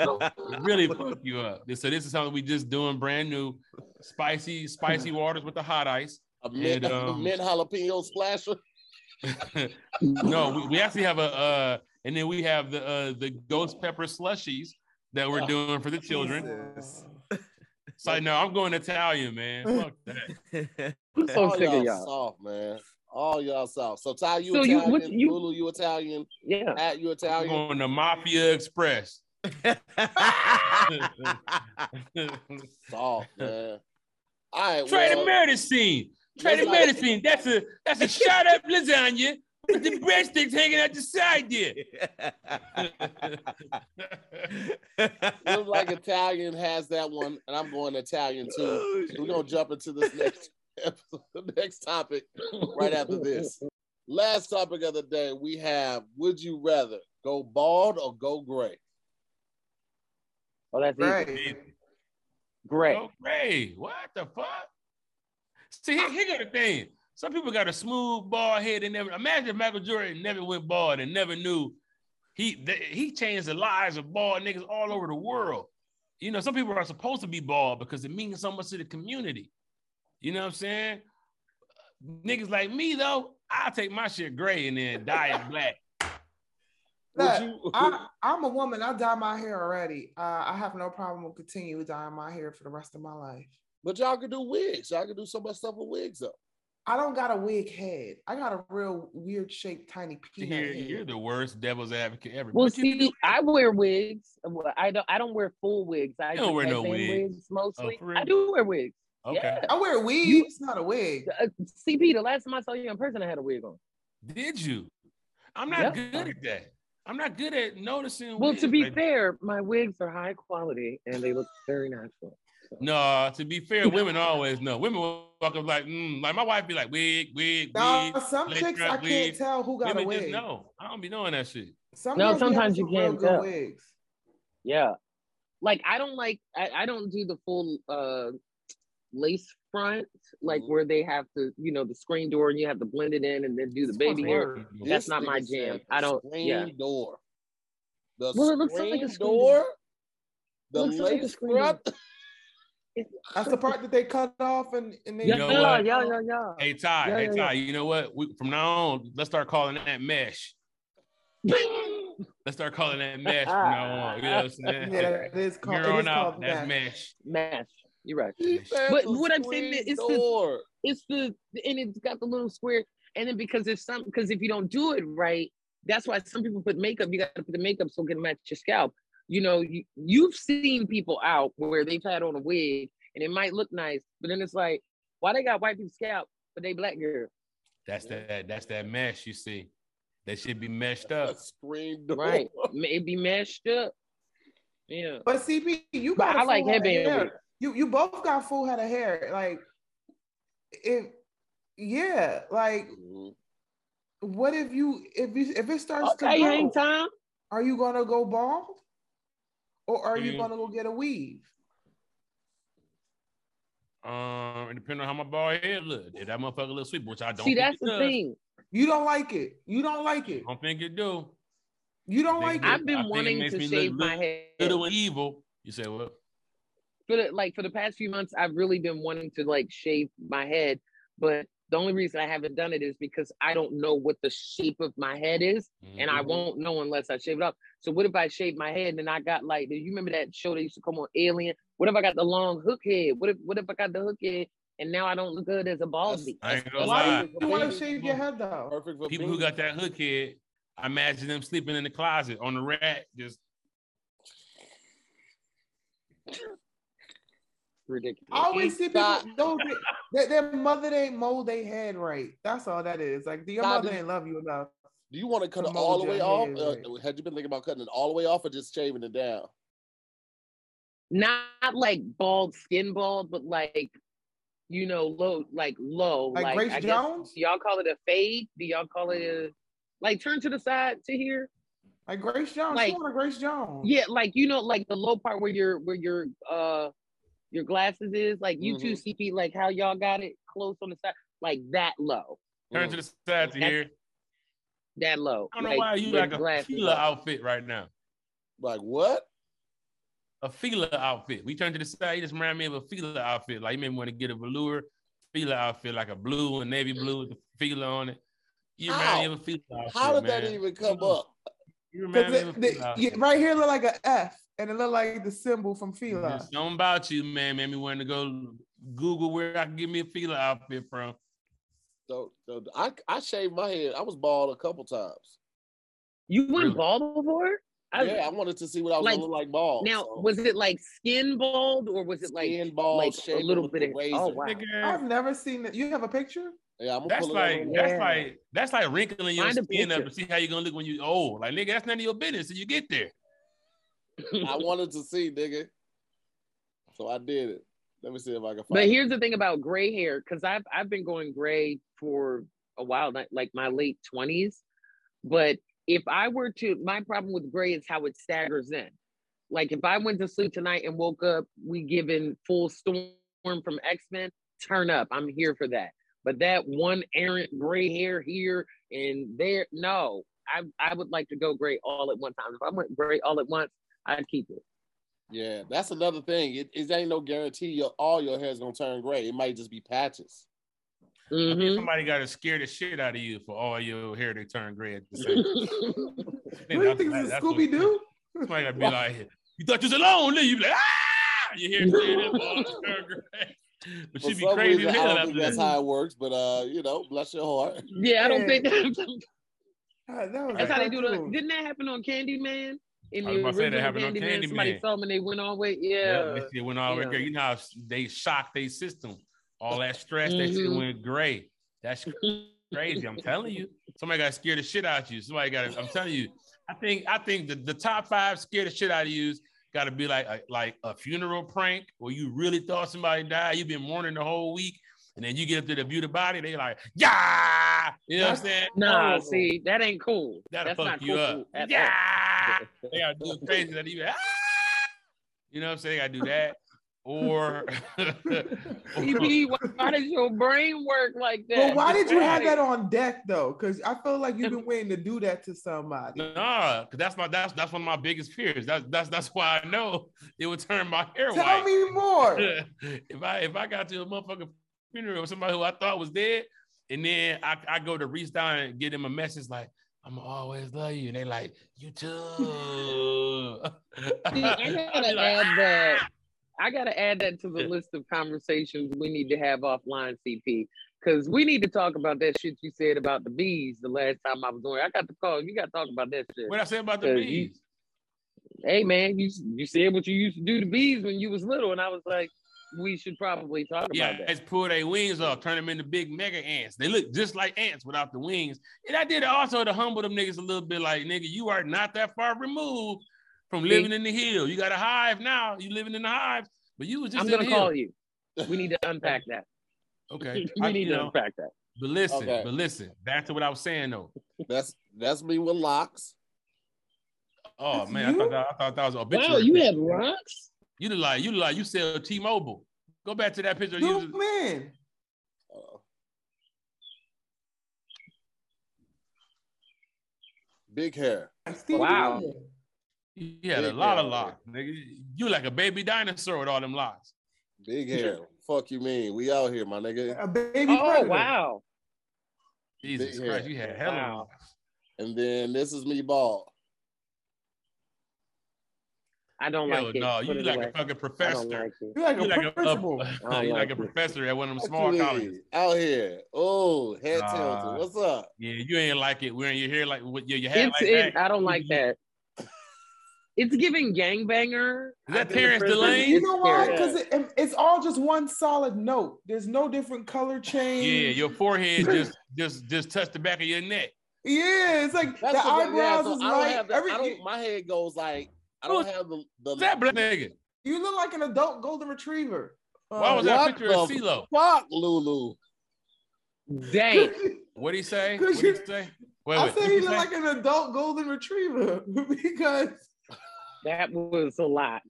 Speaker 3: really fuck you up. So this is something we just doing brand new, spicy spicy waters with the hot ice.
Speaker 2: A mint,
Speaker 3: And, um,
Speaker 2: mint jalapeno splasher.
Speaker 3: no, we, we actually have a uh, and then we have the uh, the ghost pepper slushies that we're doing for the children.
Speaker 5: Jesus.
Speaker 3: It's like no, I'm going Italian, man. Fuck that.
Speaker 1: I'm so
Speaker 2: All
Speaker 1: sick
Speaker 2: y'all
Speaker 1: of y'all.
Speaker 2: soft, man. All y'all soft. So Ty, you
Speaker 1: So you-
Speaker 2: Italian,
Speaker 1: what you-
Speaker 2: Lulu, you Italian,
Speaker 1: Yeah.
Speaker 2: at you
Speaker 3: I'm
Speaker 2: Italian.
Speaker 3: going to Mafia Express. Trade
Speaker 2: Soft, man. All right,
Speaker 3: the
Speaker 2: well,
Speaker 3: murder scene. Trade the murder scene. That's a that's a shot up lasagna with the breadsticks hanging out the side there.
Speaker 2: Looks like Italian has that one, and I'm going Italian too.
Speaker 5: Oh,
Speaker 2: We're gonna jump into this next episode, next topic right after this. Last topic of the day, we have: Would you rather go bald or go gray?
Speaker 1: Oh, that's easy.
Speaker 4: Right.
Speaker 1: Great.
Speaker 3: Oh, great. What the fuck? See, here, here go the thing. Some people got a smooth bald head and never imagine if Michael Jordan never went bald and never knew he that he changed the lives of bald niggas all over the world. You know, some people are supposed to be bald because it means so much to the community. You know what I'm saying? Niggas like me though, I'll take my shit gray and then dye it black.
Speaker 4: Look,
Speaker 2: you-
Speaker 4: I, I'm a woman. I dye my hair already. Uh, I have no problem with continue dyeing my hair for the rest of my life.
Speaker 2: But y'all could do wigs. Y'all could do so much stuff with wigs though.
Speaker 4: I don't got a wig head. I got a real weird shaped tiny peanut.
Speaker 3: You're,
Speaker 4: head.
Speaker 3: you're the worst devil's advocate ever.
Speaker 1: Well,
Speaker 3: But you
Speaker 1: see, I wear wigs. Well, I don't. I don't wear full wigs. I
Speaker 3: You don't
Speaker 1: just
Speaker 3: wear no
Speaker 1: maintain
Speaker 3: wig.
Speaker 1: mostly.
Speaker 3: for real?
Speaker 1: I do wear wigs.
Speaker 3: do- okay.
Speaker 1: Yeah.
Speaker 4: I wear weaves, not a wig.
Speaker 1: Uh, CP, the last time I saw you in person, I had a wig on.
Speaker 3: Did you? I'm not
Speaker 1: Yeah.
Speaker 3: good at that. I'm not good at noticing.
Speaker 1: Well, to
Speaker 3: wigs
Speaker 1: be
Speaker 3: like-
Speaker 1: fair, my wigs are high quality and they look very natural.
Speaker 3: no. To be fair, women always know. Women will walk up like, mm, like my wife be like, wig, wig,
Speaker 4: Now,
Speaker 3: wig.
Speaker 4: some
Speaker 3: Let's
Speaker 4: chicks
Speaker 3: try
Speaker 4: I can't
Speaker 3: wigs.
Speaker 4: tell who got
Speaker 3: Women
Speaker 4: a
Speaker 3: just
Speaker 4: wig.
Speaker 3: know. I don't be knowing that shit.
Speaker 4: Sometimes
Speaker 1: No,
Speaker 4: we have
Speaker 1: sometimes you
Speaker 4: some real
Speaker 1: can't
Speaker 4: good
Speaker 1: tell.
Speaker 4: wigs.
Speaker 1: Yeah. Like I don't like I, I don't do the full uh lace front, like
Speaker 3: Mm-hmm.
Speaker 2: Mhm.
Speaker 1: where they have to, you know, the screen door and you have to blend it in and then do the baby hair. That's
Speaker 2: This
Speaker 1: not my
Speaker 2: nigga
Speaker 1: jam.
Speaker 2: said
Speaker 1: I don't-
Speaker 2: Screen
Speaker 1: yeah.
Speaker 2: door. The
Speaker 1: Well, it
Speaker 2: screen
Speaker 1: looks like a screen
Speaker 2: door.
Speaker 1: door.
Speaker 2: The
Speaker 1: Looks like a
Speaker 2: lace
Speaker 1: screen door.
Speaker 2: front.
Speaker 4: That's the part that they cut off and, and they
Speaker 3: You
Speaker 1: Yeah,
Speaker 3: know
Speaker 1: yeah,
Speaker 3: what?
Speaker 1: yeah, yeah, yeah.
Speaker 3: Hey Ty,
Speaker 1: Yeah,
Speaker 3: hey
Speaker 1: yeah,
Speaker 3: Ty, you know what? We, from now on, let's start calling that mesh. Let's start calling that mesh from now on. You know what I'm saying?
Speaker 4: yeah, that is called,
Speaker 3: Here
Speaker 4: it is
Speaker 3: on
Speaker 4: called
Speaker 3: out, that's
Speaker 4: that.
Speaker 3: mesh.
Speaker 1: Mash. You're right.
Speaker 2: He said
Speaker 1: But
Speaker 2: the
Speaker 1: what I'm saying
Speaker 2: screen
Speaker 1: is the-
Speaker 2: door.
Speaker 1: It's the and it's got the little square. And then because if some because if you don't do it right, that's why some people put makeup. You got to put the makeup so it can match your scalp. You know, you, you've seen people out where they've had on a wig and it might look nice, but then it's like, why they got white people's scalp, but they black girl,
Speaker 3: That's that. That's that mesh. You see, that should be meshed up.
Speaker 2: the screen door.
Speaker 1: right? it be meshed up. Yeah.
Speaker 4: But CP, you
Speaker 1: But
Speaker 4: got a
Speaker 1: I like
Speaker 4: full head of
Speaker 1: headband
Speaker 4: hair.
Speaker 1: weave.
Speaker 4: You you both got full head of hair. Like if yeah, like
Speaker 2: Mhm.
Speaker 4: what if you if you if it starts
Speaker 1: Okay,
Speaker 4: to grow,
Speaker 1: hang time.
Speaker 4: are you gonna go bald? Or are you
Speaker 3: Mhm.
Speaker 4: gonna go get a weave?
Speaker 3: Um, and depending on how my bald head look, if that motherfucker look sweet, which I don't.
Speaker 1: See,
Speaker 3: think
Speaker 1: that's
Speaker 3: it
Speaker 1: the
Speaker 3: does.
Speaker 1: thing.
Speaker 4: You don't like it. You don't like it.
Speaker 3: I don't think it do.
Speaker 4: You don't
Speaker 3: They-
Speaker 4: like it.
Speaker 3: I
Speaker 1: I've
Speaker 3: think
Speaker 1: been
Speaker 3: it
Speaker 1: wanting
Speaker 3: makes
Speaker 1: to
Speaker 3: me look
Speaker 1: shave my head.
Speaker 3: Little and evil. You say what?
Speaker 1: for the, like for the past few months, I've really been wanting to like shave my head, but the only reason I haven't done it is because I don't know what the shape of my head is, and I
Speaker 3: Mhm.
Speaker 1: won't know unless I shave it up. So what if I shave my head and I got like, do you remember that show that used to come on Alien? What if I got the long hook head? What if what if I got the hook head and now I don't look good as a baldie?
Speaker 3: I ain't gonna
Speaker 4: Why
Speaker 3: lie.
Speaker 4: do you want to shave your head though?
Speaker 2: Perfect for
Speaker 3: People who
Speaker 2: beanies.
Speaker 3: got that hook head, I imagine them sleeping in the closet on the rack, just
Speaker 1: Ridiculous.
Speaker 4: I always see people
Speaker 2: Stop.
Speaker 4: no, that their mother they mold they head right. That's all that is. Like your
Speaker 2: Stop
Speaker 4: mother
Speaker 2: it.
Speaker 4: didn't love you enough.
Speaker 2: Do you want to cut it
Speaker 4: Mold
Speaker 2: all the
Speaker 4: your
Speaker 2: way off?
Speaker 4: head,
Speaker 2: Uh, had you been thinking about cutting it all the way off or just shaving it down?
Speaker 1: Not like bald skin bald, but like you know low, like low,
Speaker 4: Like Grace
Speaker 1: I guess-
Speaker 4: Jones?
Speaker 1: do y'all call it a fade? Do y'all call it a like turn to the side to here?
Speaker 4: Like Grace Jones.
Speaker 1: Like-
Speaker 4: she wanted Grace Jones.
Speaker 1: Yeah, like you know, like the low part where your where your uh your glasses is, like you two CP, like how y'all got it close on the side, like that low,
Speaker 3: turn
Speaker 2: Mm.
Speaker 3: to the side to
Speaker 1: That's-
Speaker 3: here.
Speaker 1: that low.
Speaker 3: I don't know
Speaker 1: like,
Speaker 3: why you
Speaker 1: your
Speaker 3: like a
Speaker 1: glasses
Speaker 3: Fila
Speaker 1: up.
Speaker 3: outfit right now.
Speaker 2: Like what?
Speaker 3: A Fila outfit. We turned to the side. You just remind me of a Fila outfit. Like you may want to get a velour Fila outfit, like a blue and navy blue with the Fila on it. You remind me
Speaker 2: How?
Speaker 3: of a Fila outfit.
Speaker 2: How did
Speaker 3: Oh, man.
Speaker 2: that even come
Speaker 3: Come on.
Speaker 2: up?
Speaker 3: You remind me
Speaker 4: Because
Speaker 3: of a Fila outfit.
Speaker 4: right here look like an F, and it look like the symbol from Fila.
Speaker 3: There's something about you, man, made me want to go Google where I can get me a Fila outfit from.
Speaker 2: So, so I I shaved my head. I was bald a couple times.
Speaker 1: You went
Speaker 3: Really?
Speaker 1: bald before? I-
Speaker 2: yeah, I wanted to see what I was
Speaker 1: Like,
Speaker 2: gonna look like bald.
Speaker 1: Now,
Speaker 2: so
Speaker 1: was it like skin bald or was it like
Speaker 2: skin bald,
Speaker 1: like a
Speaker 2: shaved
Speaker 1: little
Speaker 2: with the
Speaker 1: bit of-
Speaker 2: razor.
Speaker 1: oh, wow.
Speaker 3: Nigga,
Speaker 4: I've never seen that. You have a picture?
Speaker 2: Yeah, I'm gonna
Speaker 3: that's
Speaker 2: pull it
Speaker 3: like
Speaker 2: up.
Speaker 3: that's
Speaker 1: Yeah.
Speaker 3: like that's like wrinkling your
Speaker 1: Find a
Speaker 3: skin up
Speaker 1: picture.
Speaker 3: to see how you're gonna look when you old. Like nigga, that's none of your business. till you get there.
Speaker 2: I wanted to see, nigga. So I did it. Let me see if I can find.
Speaker 1: But
Speaker 2: it.
Speaker 1: here's the thing about gray hair, because I've I've been going gray for a while, like- like my late twenties. But if I were to, my problem with gray is how it staggers in. Like if I went to sleep tonight and woke up, we given full storm from X Men. Turn up, I'm here for that. But that one errant gray hair here and there, no, I I would like to go gray all at one time. If I went gray all at once, I'd keep it.
Speaker 2: Yeah, that's another thing. It, it ain't no guarantee your all your hair is gonna turn gray. It might just be patches.
Speaker 1: Mhm.
Speaker 3: Somebody gotta scare the shit out of you for all your hair to turn gray at the same time. I
Speaker 4: What do you
Speaker 3: that's-
Speaker 4: think
Speaker 3: that-
Speaker 4: this is
Speaker 3: that's what-
Speaker 4: Scooby Doo?
Speaker 3: Somebody gotta be like, you thought you was alone, then you be like, ah, your hair turn gray. But
Speaker 2: For
Speaker 3: she be
Speaker 2: some
Speaker 3: crazy as
Speaker 2: reason, I
Speaker 3: hell
Speaker 2: don't
Speaker 3: after
Speaker 2: think that's
Speaker 3: that.
Speaker 2: how it works. But uh, you know, bless your heart.
Speaker 1: yeah, I don't think that.
Speaker 4: That was a
Speaker 1: That's how they do the.
Speaker 4: cartoon.
Speaker 1: Didn't that happen on Candyman? In
Speaker 3: I was
Speaker 1: the
Speaker 3: about to say that
Speaker 1: original
Speaker 3: happened on
Speaker 1: Candyman, somebody
Speaker 3: Candyman.
Speaker 1: saw them and they went all the way.
Speaker 3: Yeah,
Speaker 1: Yeah,
Speaker 3: that shit went all the way
Speaker 1: Yeah.
Speaker 3: gray. You know how they shocked their system. All that stress, that shit
Speaker 1: Mhm.
Speaker 3: went gray. That's
Speaker 1: Mm-hmm.
Speaker 3: crazy. I'm telling you. Somebody got to scare the shit out of you. Somebody got to, I'm telling you. I think I think the, the top five scare the shit out of you got to be like a, like a funeral prank where you really thought somebody died. You've been mourning the whole week. And then you get up to the view the body, they like, yeah, you know what I'm saying?
Speaker 1: nah,
Speaker 4: Oh.
Speaker 1: see, that ain't cool.
Speaker 3: That'll
Speaker 1: That's not
Speaker 3: fuck you
Speaker 1: cool
Speaker 3: up.
Speaker 1: at all.
Speaker 3: Yeah. they gotta do crazy that even ah! you know what I'm saying? They gotta do that. Or
Speaker 1: CP, why, why does your brain work like that?
Speaker 4: But why did you have
Speaker 1: Like,
Speaker 4: that on deck though? Because I feel like you've been waiting to do that to somebody.
Speaker 3: nah, cause that's my that's that's one of my biggest fears. That's that's that's why I know it would turn my hair
Speaker 4: Tell
Speaker 3: white.
Speaker 4: me more.
Speaker 3: if I if I got to a motherfucking funeral with somebody who I thought was dead, and then I, I go to reach down and get them a message like I'm always love you, and they like you too.
Speaker 1: See, I
Speaker 3: I'd be
Speaker 1: gotta
Speaker 3: like,
Speaker 1: add that.
Speaker 3: "Ah!"
Speaker 1: I gotta add that to the
Speaker 3: Yeah.
Speaker 1: list of conversations we need to have offline, CP, because we need to talk about that shit you said about the bees the last time I was on. here. I got the call. You got to talk about that shit.
Speaker 3: What I said about the
Speaker 1: Uh, you-
Speaker 3: bees?
Speaker 1: hey man, you you said what you used to do to bees when you was little, and I was like, we should probably talk
Speaker 3: Yeah,
Speaker 1: about that.
Speaker 3: it's pull their wings off, turn them into big mega ants. They look just like ants without the wings. And I did it also to humble them niggas a little bit. Like nigga, you are not that far removed from living in the hill. You got a hive now. You living in the hive, but you was just
Speaker 1: I'm
Speaker 3: in
Speaker 1: gonna
Speaker 3: the
Speaker 1: call
Speaker 3: hill.
Speaker 1: you. We need to unpack that.
Speaker 3: Okay,
Speaker 1: we
Speaker 3: I-
Speaker 1: need
Speaker 3: you
Speaker 1: to
Speaker 3: know,
Speaker 1: unpack that.
Speaker 3: but listen,
Speaker 2: Okay.
Speaker 3: but listen. That's what I was saying though.
Speaker 2: That's that's me with locks.
Speaker 3: Oh
Speaker 4: That's
Speaker 3: man, I
Speaker 4: you?
Speaker 3: thought that, I thought that was obituary.
Speaker 1: Wow, you
Speaker 3: picture.
Speaker 1: have rocks?
Speaker 3: You look like you look like you sell T-Mobile. Go back to that picture. You
Speaker 4: Zoom
Speaker 3: was-
Speaker 4: in.
Speaker 2: Uh, big hair.
Speaker 4: Steve
Speaker 1: Wow.
Speaker 4: Wonder.
Speaker 3: you had a
Speaker 2: Big
Speaker 3: lot of
Speaker 2: hair.
Speaker 3: locks, nigga. You like a baby dinosaur with all them locks.
Speaker 2: Big hair. Fuck you mean? We out here, my nigga.
Speaker 4: A baby
Speaker 1: Oh
Speaker 4: predator.
Speaker 1: wow.
Speaker 3: Jesus
Speaker 2: Big
Speaker 3: Christ,
Speaker 2: hair.
Speaker 3: you had hella
Speaker 1: Wow.
Speaker 3: locks.
Speaker 2: And then this is me bald.
Speaker 1: I don't
Speaker 3: Hell
Speaker 1: like it.
Speaker 3: no,
Speaker 1: Put
Speaker 3: you
Speaker 1: it
Speaker 3: like
Speaker 1: away.
Speaker 3: a fucking
Speaker 1: I don't
Speaker 3: professor.
Speaker 1: like it.
Speaker 4: You like
Speaker 3: You
Speaker 4: a
Speaker 3: like a,
Speaker 4: principal.
Speaker 1: I don't
Speaker 3: you
Speaker 1: like
Speaker 3: like a
Speaker 1: it.
Speaker 3: professor at one of them
Speaker 2: Fuck
Speaker 3: small
Speaker 2: you
Speaker 3: colleges.
Speaker 2: mean? Out here. Oh, head
Speaker 3: Nah.
Speaker 2: tilted. What's up?
Speaker 3: Yeah, you ain't like it wearing your hair like with your, your hat
Speaker 1: It's
Speaker 3: like
Speaker 1: it,
Speaker 3: that.
Speaker 1: I don't like that. It's giving gangbanger.
Speaker 3: Is that
Speaker 1: I think
Speaker 3: Terrence
Speaker 1: the person-
Speaker 3: Delane?
Speaker 4: You
Speaker 1: it's
Speaker 4: know why?
Speaker 1: Terrence.
Speaker 4: Because it, it's all just one solid note. There's no different color change.
Speaker 3: Yeah, your forehead just just just touched the back of your neck.
Speaker 4: Yeah, it's like
Speaker 2: That's
Speaker 4: the
Speaker 2: the thing, yeah,
Speaker 4: eyebrows
Speaker 2: so
Speaker 4: is
Speaker 2: I don't
Speaker 4: like
Speaker 2: have the,
Speaker 4: every.
Speaker 2: I don't,
Speaker 4: you,
Speaker 2: my head goes like I don't have the, the
Speaker 3: Who's that black nigga?
Speaker 4: you look like an adult golden retriever. Um,
Speaker 3: Why was
Speaker 2: What
Speaker 3: that picture of
Speaker 2: the-
Speaker 3: CeeLo?
Speaker 2: fuck Lulu.
Speaker 1: Dang.
Speaker 3: What'd he say?
Speaker 4: Cause
Speaker 3: What'd he
Speaker 4: you-
Speaker 3: say? Wait,
Speaker 4: I
Speaker 3: wait.
Speaker 4: said
Speaker 3: what'd
Speaker 4: he
Speaker 3: he
Speaker 4: looked
Speaker 3: say?
Speaker 4: like an adult golden retriever because
Speaker 1: That was a lot.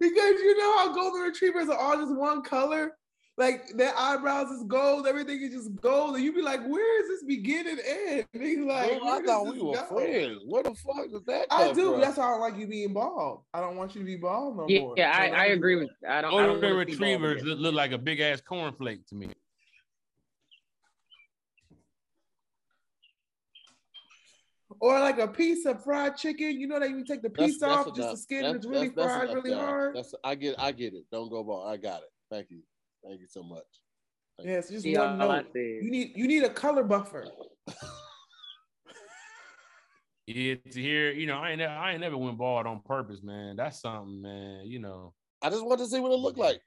Speaker 4: because you know how golden retrievers are all just one color. Like their eyebrows is gold, everything is just gold, and you be like, "Where is this beginning and end?" And he's like,
Speaker 2: Bro, I
Speaker 4: "Where does
Speaker 2: thought we
Speaker 4: this
Speaker 2: were
Speaker 4: go?"
Speaker 2: friends. Where the fuck did that come
Speaker 4: I do.
Speaker 2: From?
Speaker 4: but That's why I don't like you being bald. I don't want you to be bald no
Speaker 1: Yeah,
Speaker 4: more.
Speaker 1: yeah, I, I agree with I don't, I don't wanna
Speaker 3: Golden
Speaker 1: see bald
Speaker 3: retrievers
Speaker 1: again.
Speaker 3: look, look like a big ass cornflake to me.
Speaker 4: Or like a piece of fried chicken. You know that you take the
Speaker 2: That's-
Speaker 4: piece
Speaker 2: that's
Speaker 4: off, just
Speaker 2: enough.
Speaker 4: the skin
Speaker 2: That's-
Speaker 4: that's really
Speaker 2: that's- that's
Speaker 4: fried
Speaker 2: enough,
Speaker 4: really
Speaker 2: y'all.
Speaker 4: hard.
Speaker 2: That's I get I get it. Don't go ball. I got it. Thank you. Thank you so much.
Speaker 4: Yeah, it's just
Speaker 1: See,
Speaker 4: one
Speaker 1: all I
Speaker 4: note.
Speaker 1: said.
Speaker 4: You need you need a color buffer.
Speaker 3: Yeah, to hear, you know, I ain't ne- I ain't never went bald on purpose, man. That's something, man. You know,
Speaker 2: I just wanted to see what it looked like.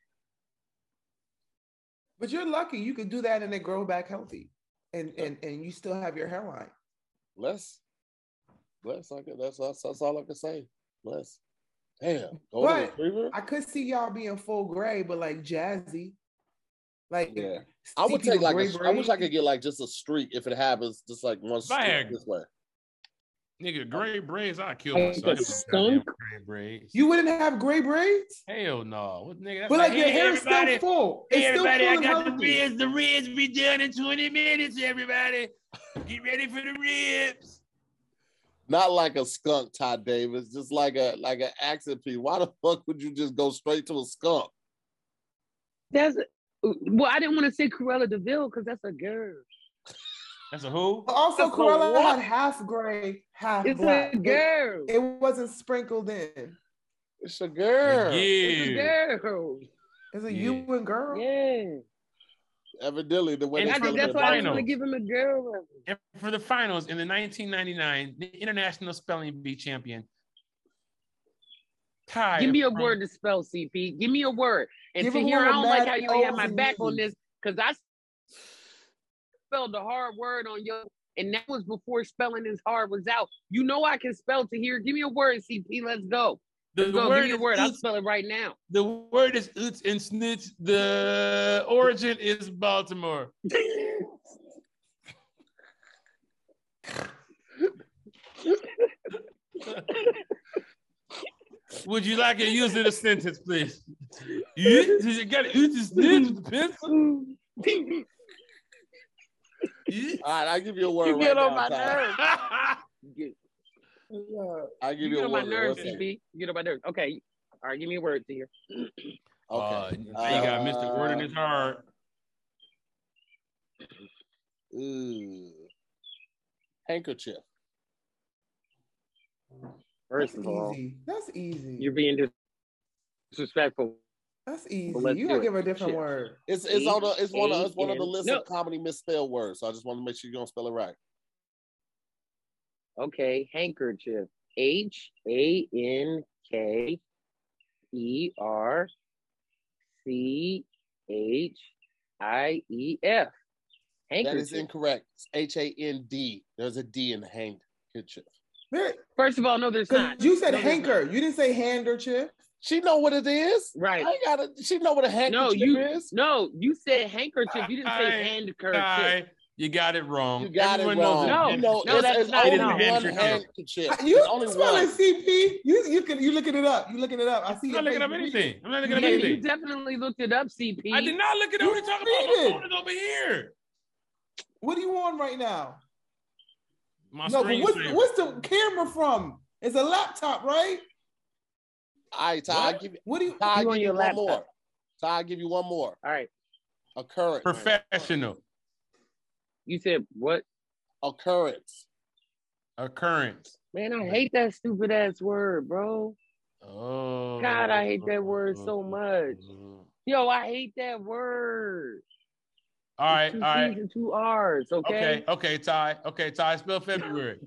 Speaker 4: But you're lucky you could do that and then grow back healthy. And and and you still have your hairline.
Speaker 2: Bless. Bless. I can, that's, that's that's all I can say. Bless. Damn. Golden
Speaker 4: But-
Speaker 2: retriever.
Speaker 4: I could see y'all being full gray, but like jazzy. Like
Speaker 2: Yeah. I would
Speaker 4: see
Speaker 2: take
Speaker 4: people
Speaker 2: like
Speaker 4: gray
Speaker 2: a, I wish I
Speaker 4: braid.
Speaker 2: could get like just a streak if it happens, just like one streak
Speaker 3: hair-
Speaker 2: this way.
Speaker 4: Oh.
Speaker 3: nigga, gray braids, I kill
Speaker 1: Like
Speaker 3: myself.
Speaker 1: the
Speaker 3: with goddamn
Speaker 1: skunk?
Speaker 3: Gray braids.
Speaker 4: You wouldn't have gray braids?
Speaker 3: Hell no, what nigga? that's
Speaker 4: But like
Speaker 3: hey,
Speaker 4: your hair is
Speaker 3: everybody-
Speaker 4: still full. It's
Speaker 3: Hey, everybody,
Speaker 4: still
Speaker 3: I
Speaker 4: full
Speaker 3: got
Speaker 4: and
Speaker 3: the
Speaker 4: healthy.
Speaker 3: ribs. The ribs be done in 20 minutes, everybody. Get ready for the ribs.
Speaker 2: Not like a skunk, Todd Davis, just like a like an accent piece. Why the fuck would you just go straight to a skunk?
Speaker 1: That's well, I didn't want to say Cruella Deville because that's a girl.
Speaker 3: That's a who?
Speaker 4: But also,
Speaker 1: That's a
Speaker 4: Corella
Speaker 1: what?
Speaker 4: had half gray, half
Speaker 1: It's
Speaker 4: black.
Speaker 1: a
Speaker 4: It-
Speaker 1: girl.
Speaker 4: It, wasn't sprinkled in.
Speaker 2: It's a girl.
Speaker 1: It's
Speaker 3: Yeah.
Speaker 1: a girl.
Speaker 4: It's a
Speaker 3: Yeah.
Speaker 4: you and girl.
Speaker 1: Yeah.
Speaker 2: Evidently, the way
Speaker 3: And
Speaker 1: I
Speaker 2: they
Speaker 1: think
Speaker 2: filmed
Speaker 1: that's
Speaker 2: it,
Speaker 1: why I
Speaker 2: like,
Speaker 1: didn't want to
Speaker 3: Finals.
Speaker 1: give him a girl. reference.
Speaker 3: And for the finals in the 1999 the International Spelling Bee champion, Ty.
Speaker 1: Give me a
Speaker 3: from-
Speaker 1: word to spell, CP. Give me a word. And
Speaker 4: Give
Speaker 1: to
Speaker 4: him
Speaker 1: hear, I
Speaker 4: one with
Speaker 1: don't like
Speaker 4: mad
Speaker 1: how you ain't had
Speaker 4: O's
Speaker 1: my
Speaker 4: and
Speaker 1: back on
Speaker 4: U's.
Speaker 1: this because I spelled the hard word on your, and that was before spelling is hard was out. You know I can spell to hear. Give me a word, CP. Let's go.
Speaker 3: The,
Speaker 1: Let's
Speaker 3: the
Speaker 1: go.
Speaker 3: word
Speaker 1: give me a
Speaker 3: is
Speaker 1: word. I'll
Speaker 3: oots,
Speaker 1: spell it right now.
Speaker 3: the word is oots and snitch. The origin is Baltimore. Would you like to use it in a sentence, please? You, you got oots and snitch with the pencil? You-
Speaker 2: All right, I give you a word
Speaker 1: You
Speaker 2: right
Speaker 1: get
Speaker 2: now.
Speaker 1: on my
Speaker 2: Ty.
Speaker 1: nerves. Get-
Speaker 2: I give
Speaker 1: You
Speaker 2: you,
Speaker 1: get
Speaker 2: a
Speaker 1: on my
Speaker 2: word.
Speaker 1: nerves,
Speaker 2: What's that?
Speaker 1: CP. You get on my nerves. Okay. All right. Give me a word to hear.
Speaker 3: Uh,
Speaker 2: Okay.
Speaker 3: you got Mr. Word in
Speaker 2: Uh,
Speaker 3: his heart.
Speaker 2: Ooh. Handkerchief.
Speaker 4: That's
Speaker 1: First of all,
Speaker 4: easy. That's easy.
Speaker 1: you're being disrespectful.
Speaker 4: That's easy.
Speaker 1: let's
Speaker 4: You gotta
Speaker 1: do
Speaker 4: give her a
Speaker 1: it.
Speaker 4: different
Speaker 1: Shit.
Speaker 4: word.
Speaker 2: It's it's
Speaker 1: E-
Speaker 2: on the it's one of it's one of the
Speaker 1: A-N-
Speaker 2: list
Speaker 1: no.
Speaker 2: of comedy misspelled words. So I just want to make sure you don't spell it right.
Speaker 1: Okay, handkerchief. H A N K E R C H I E F.
Speaker 2: That is
Speaker 1: Handkerchief.
Speaker 2: incorrect. It's H A N D. There's a D in handkerchief.
Speaker 1: First of all, no, there's
Speaker 4: Because
Speaker 1: not.
Speaker 4: you said
Speaker 1: No, there's
Speaker 4: hanker. You didn't say handkerchief.
Speaker 2: She know what it is.
Speaker 1: Right.
Speaker 2: I ain't gotta. She know what a handkerchief
Speaker 1: No, you
Speaker 2: is.
Speaker 1: no, you said handkerchief. You didn't
Speaker 3: I-
Speaker 1: say handkerchief.
Speaker 3: Guy, you got it wrong.
Speaker 2: You got
Speaker 3: Everyone
Speaker 2: it wrong.
Speaker 3: knows
Speaker 1: No,
Speaker 2: you know,
Speaker 1: no,
Speaker 2: it's,
Speaker 1: that's
Speaker 2: it's
Speaker 1: not-
Speaker 2: only
Speaker 1: no.
Speaker 2: one
Speaker 3: Handkerchief.
Speaker 2: handkerchief.
Speaker 4: You
Speaker 2: It's only
Speaker 4: smelling
Speaker 2: one.
Speaker 4: CP. You you can you looking it up. You looking it up. I see. your
Speaker 3: I'm not looking
Speaker 4: face.
Speaker 3: up anything. I'm not looking
Speaker 1: Yeah,
Speaker 3: up
Speaker 1: you
Speaker 3: anything.
Speaker 1: definitely looked it up, CP.
Speaker 3: I did not look it up. What are you talking about?
Speaker 4: did.
Speaker 3: My phone is over here.
Speaker 4: What are you on right now?
Speaker 3: My
Speaker 4: no, but
Speaker 3: screen
Speaker 4: what's,
Speaker 3: saver.
Speaker 4: what's the camera from? It's a laptop, right?
Speaker 2: All right, Ty, I
Speaker 4: What?
Speaker 2: give you.
Speaker 4: What do you?
Speaker 2: Ty, I
Speaker 1: You on
Speaker 2: give you
Speaker 1: your
Speaker 2: one
Speaker 1: laptop.
Speaker 2: more. Ty, I give you one more.
Speaker 1: All right.
Speaker 2: Occurrence.
Speaker 3: professional
Speaker 1: You said what?
Speaker 2: Occurrence.
Speaker 3: occurrence.
Speaker 1: Man, I hate that stupid ass word, bro.
Speaker 3: Oh
Speaker 1: God, I hate that word so much. Yo, I hate that word.
Speaker 3: All right,
Speaker 1: Two
Speaker 3: all
Speaker 1: C's
Speaker 3: right.
Speaker 1: and two R's.
Speaker 3: Okay,
Speaker 1: Okay.
Speaker 3: okay, Ty. Okay, Ty. Spell February.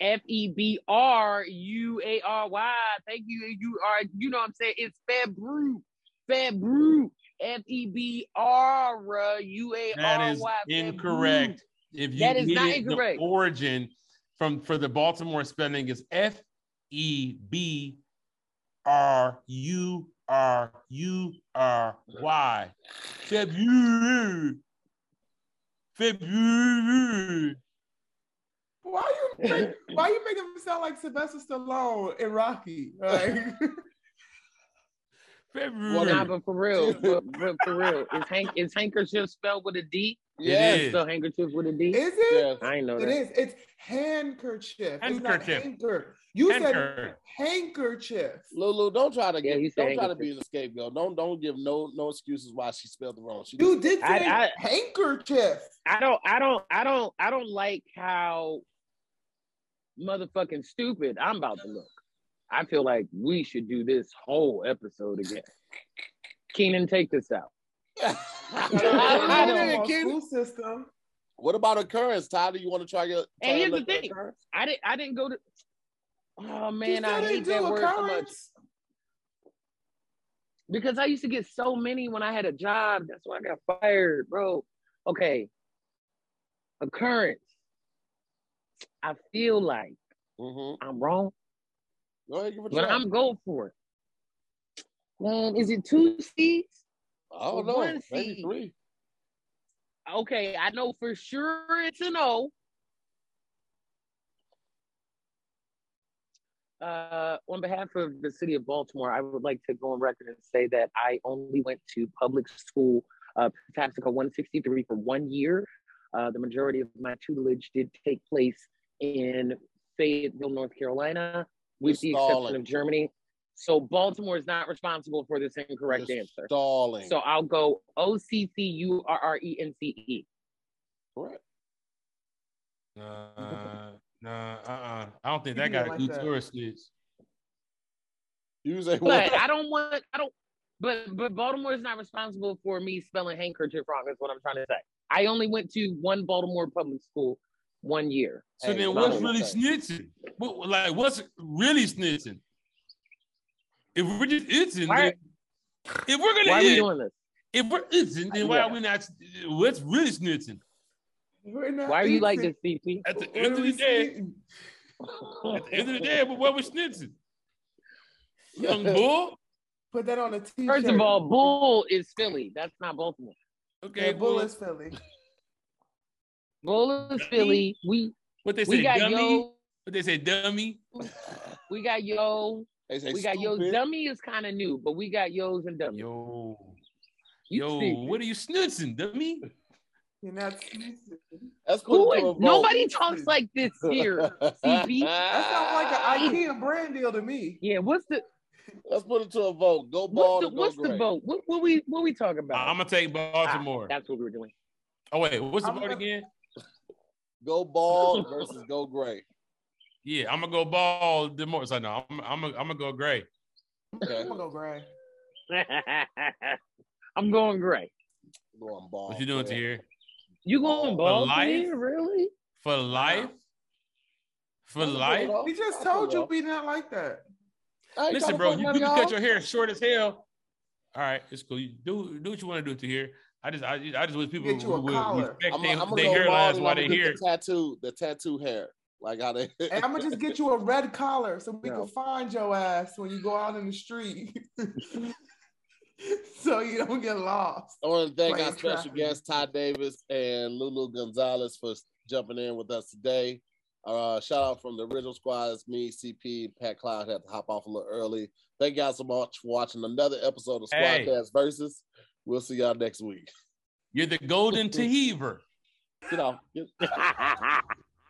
Speaker 1: F E B R U A R Y. Thank you. You are. You know what I'm saying? It's Febru. Febru. F E B R U A R Y.
Speaker 3: That is
Speaker 1: Febru.
Speaker 3: incorrect. If you
Speaker 1: That is not
Speaker 3: needed the
Speaker 1: incorrect.
Speaker 3: origin from for the Baltimore spelling is F E B R U R U R Y. February. February.
Speaker 4: Why you make, why you making him sound like Sylvester Stallone in Rocky? Like,
Speaker 3: February.
Speaker 1: Nah, but for real, but, but for real, is hank is handkerchief spelled with a D?
Speaker 2: Yes.
Speaker 3: is.
Speaker 1: Spell handkerchief with a D?
Speaker 4: is it?
Speaker 2: yes.
Speaker 1: I ain't know
Speaker 4: It
Speaker 1: that.
Speaker 4: is. It's handkerchief. It's not
Speaker 3: Handkerchief.
Speaker 4: hanker. You
Speaker 3: Handker.
Speaker 4: said handkerchief.
Speaker 2: Lulu, don't try to
Speaker 1: Yeah,
Speaker 2: get,
Speaker 1: he said
Speaker 2: don't try to
Speaker 1: handkerchief.
Speaker 2: be the scapegoat. Don't don't give no no excuses why she spelled it wrong. She
Speaker 4: You did
Speaker 1: I-
Speaker 4: say
Speaker 1: I-
Speaker 4: handkerchief.
Speaker 1: I don't, I don't, I don't, I don't like how motherfucking stupid I'm about to look. I feel like we should do this whole episode again. Keenan, take this out. I
Speaker 4: I
Speaker 1: don't-
Speaker 4: don't
Speaker 2: Keenan, Keenan.
Speaker 4: school system.
Speaker 2: What about occurrence, Ty? Do you want to try your? try
Speaker 1: And here's
Speaker 2: your
Speaker 1: the
Speaker 2: luck at
Speaker 1: thing.
Speaker 2: occurrence?
Speaker 1: I didn't, I didn't go to. Oh man,
Speaker 4: You
Speaker 1: I
Speaker 4: said it
Speaker 1: hate
Speaker 4: do
Speaker 1: that word so much
Speaker 4: occurrence.
Speaker 1: because I used to get so many when I had a job. That's why I got fired, bro. Okay, occurrence. I feel like
Speaker 2: Mhm.
Speaker 1: I'm wrong.
Speaker 2: Go ahead, give it a
Speaker 1: But
Speaker 2: try.
Speaker 1: I'm going for it. Man, is it two C's?
Speaker 2: I don't
Speaker 1: a
Speaker 2: know.
Speaker 1: one
Speaker 2: Maybe
Speaker 1: seed.
Speaker 2: three.
Speaker 1: Okay, I know for sure it's an O. Uh, on behalf of the city of Baltimore, I would like to go on record and say that I only went to public school, uh, Patapsco 163 for one year. Uh, the majority of my tutelage did take place in Fayetteville, North Carolina, with the
Speaker 2: You're
Speaker 1: exception
Speaker 2: stalling.
Speaker 1: of Germany. So Baltimore is not responsible for this incorrect
Speaker 2: You're
Speaker 1: answer.
Speaker 2: Stalling.
Speaker 1: So I'll go O C C U R R E N C E.
Speaker 2: Correct.
Speaker 3: Nah, nah, uh-uh. I don't think
Speaker 4: You
Speaker 3: that
Speaker 4: do
Speaker 3: got
Speaker 4: it
Speaker 3: a
Speaker 4: like
Speaker 3: good
Speaker 4: that.
Speaker 3: tourist is.
Speaker 2: You say
Speaker 1: But
Speaker 2: what?
Speaker 1: I don't want I don't but but Baltimore is not responsible for me spelling handkerchief wrong, is what I'm trying to say. I only went to one Baltimore public school one year.
Speaker 3: So
Speaker 2: Hey,
Speaker 3: then
Speaker 1: my
Speaker 3: what's
Speaker 1: whole
Speaker 3: really
Speaker 2: thing.
Speaker 3: snitching? What, like what's really snitching? If we're just itching,
Speaker 1: Why-
Speaker 3: then, if we're
Speaker 1: Why
Speaker 3: gonna
Speaker 1: are we
Speaker 3: itch,
Speaker 1: doing this?
Speaker 3: if we're itching, then why
Speaker 1: Yeah.
Speaker 3: are we not what's really snitching?
Speaker 4: We're not
Speaker 1: Why are you like
Speaker 4: eating.
Speaker 1: this, CP?
Speaker 3: At the
Speaker 4: What
Speaker 3: end
Speaker 4: are
Speaker 3: of
Speaker 4: we
Speaker 3: the day,
Speaker 4: eating?
Speaker 3: at the end of the day, but what was snitching? Young bull?
Speaker 4: Put that on a t-shirt.
Speaker 1: First of all, Bull is Philly. That's not Baltimore.
Speaker 3: Okay,
Speaker 4: yeah, bull
Speaker 3: bull.
Speaker 4: is Philly.
Speaker 1: Bull is
Speaker 3: Dummy.
Speaker 1: Philly. We
Speaker 3: What they
Speaker 1: we
Speaker 3: say,
Speaker 1: got
Speaker 3: dummy?
Speaker 1: yo.
Speaker 3: What they say, dummy?
Speaker 1: We got yo.
Speaker 2: They say
Speaker 1: We got yo.
Speaker 2: stupid.
Speaker 1: Dummy is kind of new, but we got yo's and dummies.
Speaker 3: Yo.
Speaker 1: You
Speaker 3: Yo,
Speaker 1: stupid.
Speaker 3: what are you snitching, dummy?
Speaker 4: You're not sneezing.
Speaker 2: That's cool.
Speaker 1: Who is, nobody talks like this here. CP.
Speaker 4: That sounds like
Speaker 2: an
Speaker 1: Ah.
Speaker 4: an IKEA brand deal to me.
Speaker 1: Yeah, what's the
Speaker 2: Let's put it to a vote. Go
Speaker 1: what's
Speaker 2: bald.
Speaker 1: the
Speaker 2: or go
Speaker 1: what's the
Speaker 2: gray.
Speaker 1: vote? What what we what we talking about?
Speaker 3: I'm gonna take Baltimore.
Speaker 1: Ah, that's what we were doing.
Speaker 3: Oh wait, what's the
Speaker 4: I'm
Speaker 3: vote
Speaker 4: a-
Speaker 3: again?
Speaker 2: Go bald versus go gray.
Speaker 3: Yeah, I'm gonna go ball Demore. So no, I'm I'm gonna, I'm gonna go gray.
Speaker 2: Okay.
Speaker 4: I'm gonna go gray.
Speaker 1: I'm going gray.
Speaker 2: Going bald.
Speaker 3: What you doing
Speaker 2: man.
Speaker 3: to here?
Speaker 1: You
Speaker 2: Oh,
Speaker 1: going
Speaker 2: for
Speaker 1: bald
Speaker 3: life?
Speaker 1: here? Really?
Speaker 3: For life? For
Speaker 2: I can pull
Speaker 3: life?
Speaker 2: it
Speaker 1: Oh,
Speaker 2: off.
Speaker 4: He just
Speaker 2: I can
Speaker 4: told
Speaker 2: pull it
Speaker 4: you
Speaker 2: off.
Speaker 4: we not like that.
Speaker 2: I ain't
Speaker 3: Listen,
Speaker 2: gotta
Speaker 3: bro,
Speaker 2: put
Speaker 3: you, you
Speaker 2: none of
Speaker 3: can cut
Speaker 2: y'all.
Speaker 3: your hair short as hell. All right, it's cool. You do do what you want to do to here. I just I, I just wish people
Speaker 4: Get you a
Speaker 3: would
Speaker 4: collar.
Speaker 3: respect
Speaker 2: I'm, a, I'm gonna
Speaker 3: their
Speaker 2: go bald
Speaker 3: hairlines
Speaker 2: and
Speaker 3: while
Speaker 2: I'm
Speaker 3: they
Speaker 2: gonna get
Speaker 3: here.
Speaker 2: the tattoo, the tattoo hair. Like how they
Speaker 4: And I'm gonna just get you a red collar so we
Speaker 2: No.
Speaker 4: can find your ass when you go out in the street. so you don't get lost.
Speaker 2: I want to thank our
Speaker 4: Playing
Speaker 2: special
Speaker 4: traffic.
Speaker 2: guests, Ty Davis and Lulu Gonzalez, for jumping in with us today. Uh, shout out from the original squad. It's me, CP, Pat Cloud had to hop off a little early. Thank y'all so much for watching another episode of
Speaker 3: Hey.
Speaker 2: Squadcast Versus. We'll see y'all next week.
Speaker 3: You're the golden Tahivir.
Speaker 2: Get off. Get-